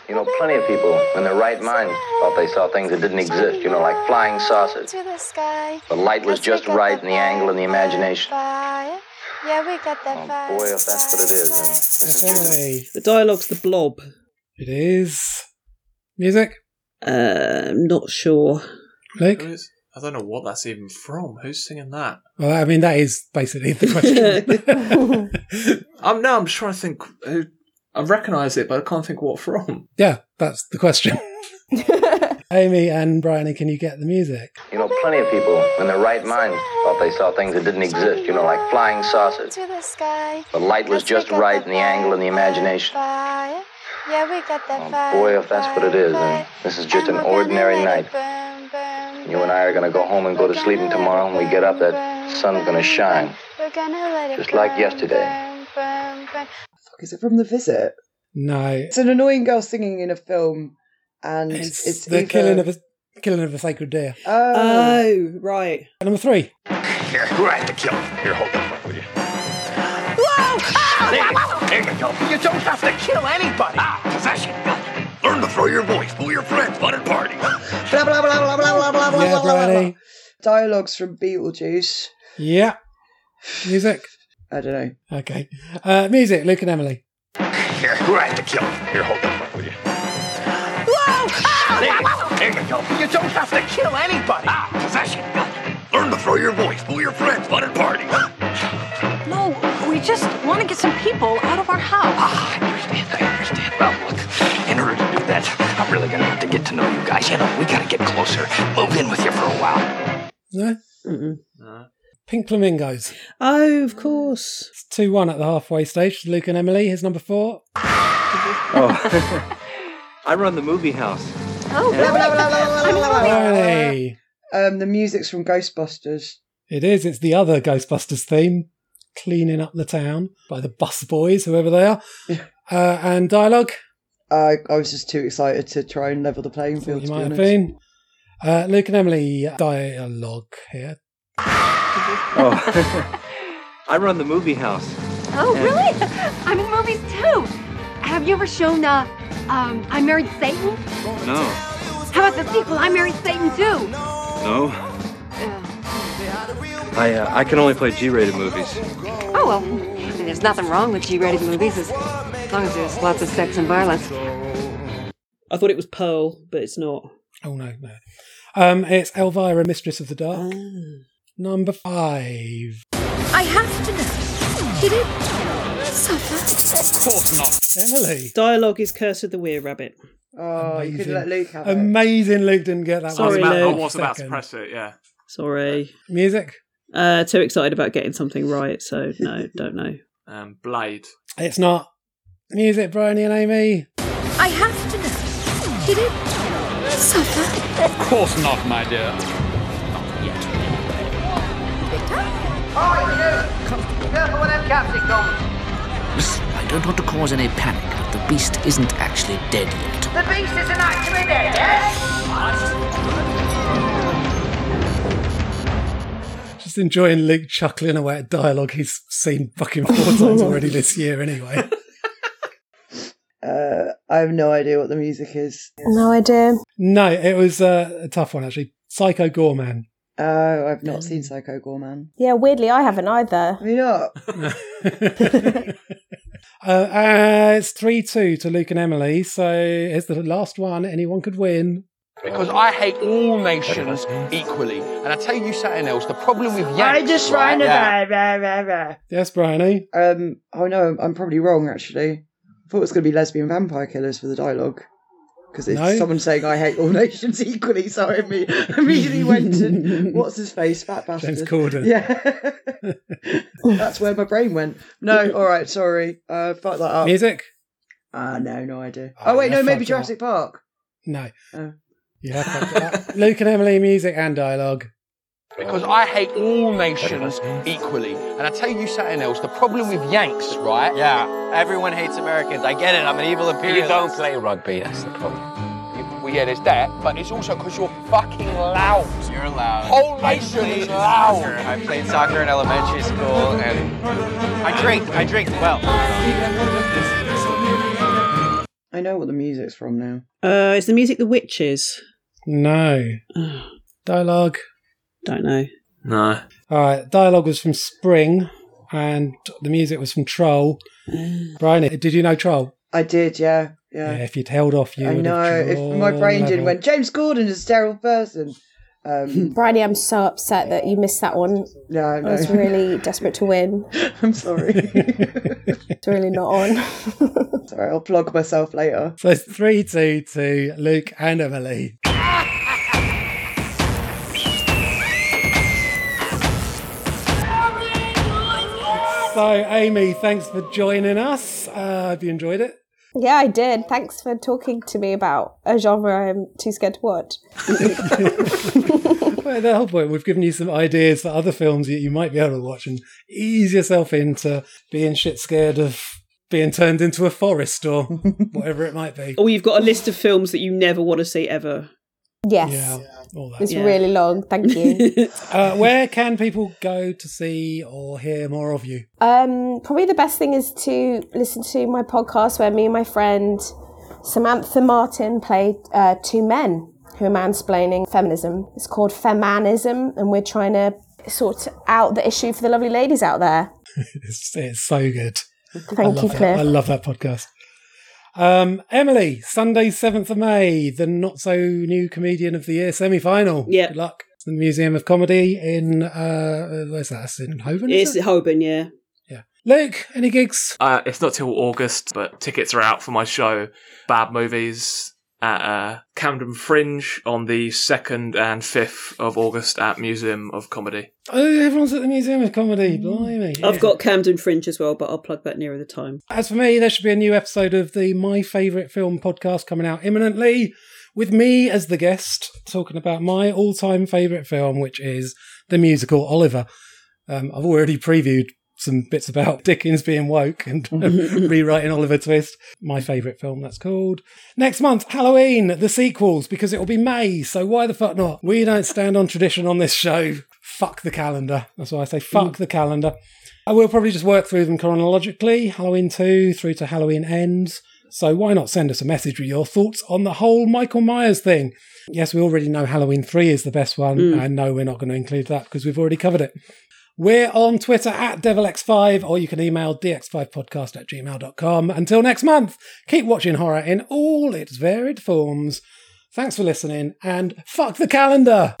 Speaker 12: You know, plenty of people in their right mind thought they saw things that didn't exist, you know, like flying saucers.
Speaker 7: To the sky.
Speaker 12: The light was just right in the angle and the imagination. Oh,
Speaker 7: Fire. Yeah, we got that fire.
Speaker 12: Boy, if that's what it is, then this is chicken.
Speaker 5: The dialogue's The Blob.
Speaker 1: It is. Music?
Speaker 5: Uh, I'm not sure.
Speaker 1: Luke?
Speaker 4: Who is- I don't know what that's even from. Who's singing that?
Speaker 1: Well, I mean, that is basically the question.
Speaker 4: I'm no. I'm just trying to think. Who, I recognise it, but I can't think what from.
Speaker 1: yeah, that's the question. Amy and Bryony, can you get the music?
Speaker 12: You know, plenty of people in their right mind thought they saw things that didn't exist, you know, like flying saucers.
Speaker 7: To the sky.
Speaker 12: The light was just right in the angle and the imagination. Oh,
Speaker 7: Fire. Yeah, we got that fire.
Speaker 12: Boy, if that's what it is, then this is just an ordinary night. And you and I are gonna go home and go to sleep, and tomorrow when we get up, that sun's gonna shine,
Speaker 7: We're gonna let it
Speaker 12: just like yesterday.
Speaker 7: burn, burn.
Speaker 2: Fuck, is it from The Visit?
Speaker 1: No.
Speaker 2: It's an annoying girl singing in a film, and
Speaker 1: It's,
Speaker 2: it's,
Speaker 1: the
Speaker 2: either-
Speaker 1: killing of a Uh, killing of a sacred deer.
Speaker 2: Oh.
Speaker 5: Oh, right.
Speaker 1: Number three.
Speaker 13: Here, right to kill. Here, hold up, will you? Whoa! There, there you go. You don't have to kill anybody. Ah, possession. Learn to throw your voice, fool your friends, fun at parties.
Speaker 2: Blah, blah, blah, blah, blah, blah, blah, blah,
Speaker 1: Yeah,
Speaker 2: blah, blah, blah.
Speaker 1: Bryony.
Speaker 2: Dialogues from Beetlejuice.
Speaker 1: Yeah. Music.
Speaker 2: I don't know.
Speaker 1: Okay. Uh, music. Luke and Emily.
Speaker 13: Here, right to kill. Here, hold up, will you? Whoa! There, there you go. You don't have to kill anybody. Ah, possession. Learn to throw your voice, fool your friends, fun at parties.
Speaker 14: No, we just want to get some people out of our house.
Speaker 13: Well, look, in order to do that, I'm really gonna have to get to know you guys. You know, we gotta get closer. Move in with you for a while.
Speaker 1: No. Pink flamingos.
Speaker 5: Oh, of course.
Speaker 1: It's two one at the halfway stage. Luke and Emily. Here's number four.
Speaker 10: Oh. I run the movie house.
Speaker 3: Oh,
Speaker 2: Blah, blah, blah, blah, blah, blah, blah, blah.
Speaker 1: Bryony.
Speaker 2: Um, the music's from Ghostbusters.
Speaker 1: It is. It's the other Ghostbusters theme, cleaning up the town by the bus boys, whoever they are. Uh, and dialogue.
Speaker 2: I I was just too excited to try and level the playing field.
Speaker 1: You
Speaker 2: to be
Speaker 1: might have
Speaker 2: honest.
Speaker 1: been. Uh, Luke and Emily dialogue here.
Speaker 10: Oh. I run the movie house.
Speaker 14: Oh, really? I'm in movies too. Have you ever shown uh, um, I Married Satan?
Speaker 10: No,
Speaker 14: How about the sequel, I Married Satan too?
Speaker 10: no. I uh, I can only play G-rated movies.
Speaker 14: Oh well, I mean, there's nothing wrong with G-rated movies as as long as there's lots of sex and violence.
Speaker 5: I thought it was Pearl, but it's not.
Speaker 1: Oh no, no. Um, it's Elvira, Mistress of the Dark. Number five.
Speaker 14: I have to know. Did it suffer?
Speaker 1: Of course not. Emily.
Speaker 5: Dialogue is Curse of the Weir Rabbit.
Speaker 2: Oh, you could let Luke have
Speaker 1: Um,
Speaker 2: it.
Speaker 1: Amazing Luke didn't get that
Speaker 4: I was,
Speaker 5: Sorry,
Speaker 4: about, I
Speaker 5: Luke.
Speaker 4: was about to
Speaker 1: Second.
Speaker 4: press it. Yeah.
Speaker 5: Sorry.
Speaker 1: Music.
Speaker 5: Uh, too excited about getting something right, so no, don't know.
Speaker 4: Um, Blade.
Speaker 1: one. It's not. Music, Bryony and Amy.
Speaker 14: I have to know. Did it suffer?
Speaker 15: Of course not, my dear.
Speaker 16: Careful with them capsicum.
Speaker 17: I don't want to cause any panic, but the beast isn't actually dead yet.
Speaker 16: The beast isn't actually dead, eh?
Speaker 1: Just enjoying Luke chuckling away at dialogue he's seen fucking four times already this year, anyway.
Speaker 2: Uh, I have no idea what the music is.
Speaker 18: No idea.
Speaker 1: No, it was uh, a tough one, actually. Psycho Gorman.
Speaker 2: Oh, I've not
Speaker 1: Um,
Speaker 2: seen Psycho Gorman.
Speaker 18: Yeah, weirdly, I haven't either.
Speaker 2: You not?
Speaker 1: Uh, uh, it's 3 2 to Luke and Emily, so it's the last one anyone could win.
Speaker 15: Because I hate all nations equally. And I tell you something else, the problem with Yanks... right, yeah.
Speaker 1: Yes, eh? Bryony.
Speaker 2: Um, oh no, I'm- I'm probably wrong actually. I thought it was going to be lesbian vampire killers for the dialogue because it's
Speaker 1: No.
Speaker 2: someone saying I hate all nations equally. So I imme- immediately went to what's his face, fat bastard.
Speaker 1: James Corden.
Speaker 2: Yeah, that's where my brain went. No, all right, sorry, uh, fuck that up.
Speaker 1: Music?
Speaker 2: Ah, no, no idea.
Speaker 1: Oh,
Speaker 2: Oh, wait,
Speaker 1: yeah,
Speaker 2: no, maybe
Speaker 1: fuck
Speaker 2: Jurassic Park.
Speaker 1: No.
Speaker 2: Oh.
Speaker 1: You have fucked it up. Luke and Emily, music and dialogue.
Speaker 6: Because I hate all nations equally. And I tell you something else, the problem with Yanks, right?
Speaker 11: Yeah, everyone hates Americans. I get it. I'm an evil imperialist.
Speaker 6: You don't
Speaker 11: play rugby. That's the problem.
Speaker 6: Well, yeah, there's that, but it's also because you're fucking loud.
Speaker 11: You're loud.
Speaker 6: Whole nation is loud.
Speaker 11: Soccer. I played soccer in elementary school, and I drink. I drink well.
Speaker 2: I know what the music's from now.
Speaker 5: Uh, is the music The Witches?
Speaker 1: No. Dialogue.
Speaker 5: Don't know.
Speaker 4: No.
Speaker 1: All right. Dialogue was from Spring, and the music was from Troll. Brian, did you know Troll?
Speaker 2: I did, yeah, yeah.
Speaker 1: if you'd held off, you.
Speaker 2: I
Speaker 1: would
Speaker 2: know.
Speaker 1: Have
Speaker 2: If my brain didn't
Speaker 1: drawn
Speaker 2: went, James Gordon is a terrible person. Um,
Speaker 3: Bridie, I'm so upset that you missed that one.
Speaker 2: No,
Speaker 3: I was
Speaker 2: no.
Speaker 3: really desperate to win.
Speaker 2: I'm sorry.
Speaker 3: it's really not on.
Speaker 2: sorry, I'll plug myself later.
Speaker 1: So it's three, two, two. Luke and Emily. So, Amy, thanks for joining us. Uh, hope you enjoyed it.
Speaker 3: Yeah, I did. Thanks for talking to me about a genre I'm too scared to watch.
Speaker 1: well, the whole point, we've given you some ideas for other films that you might be able to watch and ease yourself into being shit scared of being turned into a forest or whatever it might be.
Speaker 5: Or Oh, you've got a list of films that you never want to see ever.
Speaker 3: Yes.
Speaker 1: all that.
Speaker 3: It's
Speaker 1: Yeah.
Speaker 3: really long. Thank you.
Speaker 1: Uh, where can people go to see or hear more of you?
Speaker 3: um, probably the best thing is to listen to my podcast where me and my friend Samantha Martin play uh, two men who are mansplaining feminism. It's called Femanism, and we're trying to sort out the issue for the lovely ladies out there.
Speaker 1: It's, it's so good. I
Speaker 3: Thank
Speaker 1: love
Speaker 3: you,
Speaker 1: that.
Speaker 3: Cliff.
Speaker 1: I love that podcast. Um, Emily, Sunday, 7th of May, the not so new comedian of the year semi final.
Speaker 5: Yeah.
Speaker 1: Good luck. It's the Museum of Comedy in, uh, where's that? That's in Hoven? is
Speaker 5: It's
Speaker 1: it?
Speaker 5: Hoban, yeah.
Speaker 1: Luke, any gigs?
Speaker 4: Uh, it's not till August, but tickets are out for my show, Bad Movies, at uh, Camden Fringe on the 2nd and 5th of August at Museum of Comedy.
Speaker 1: Oh, everyone's at the Museum of Comedy. Blimey. yeah.
Speaker 5: Mm. I've got Camden Fringe as well, but I'll plug that nearer the time.
Speaker 1: As for me, there should be a new episode of the My Favourite Film podcast coming out imminently with me as the guest talking about my all time favourite film, which is the musical Oliver. Um, I've already previewed some bits about Dickens being woke and rewriting Oliver Twist. My favourite film, that's called. Next month, Halloween, the sequels, because it will be May, so why the fuck not? We don't stand on tradition on this show. Fuck the calendar. That's why I say fuck the calendar. I will probably just work through them chronologically Halloween 2 through to Halloween Ends. So why not send us a message with your thoughts on the whole Michael Myers thing? Yes, we already know Halloween 3 is the best one,
Speaker 5: Mm.
Speaker 1: and no, we're not going to include that because we've already covered it. We're on Twitter at DevilX5, or you can email dx5podcast at gmail.com. Until next month, keep watching horror in all its varied forms. Thanks for listening, and fuck the calendar!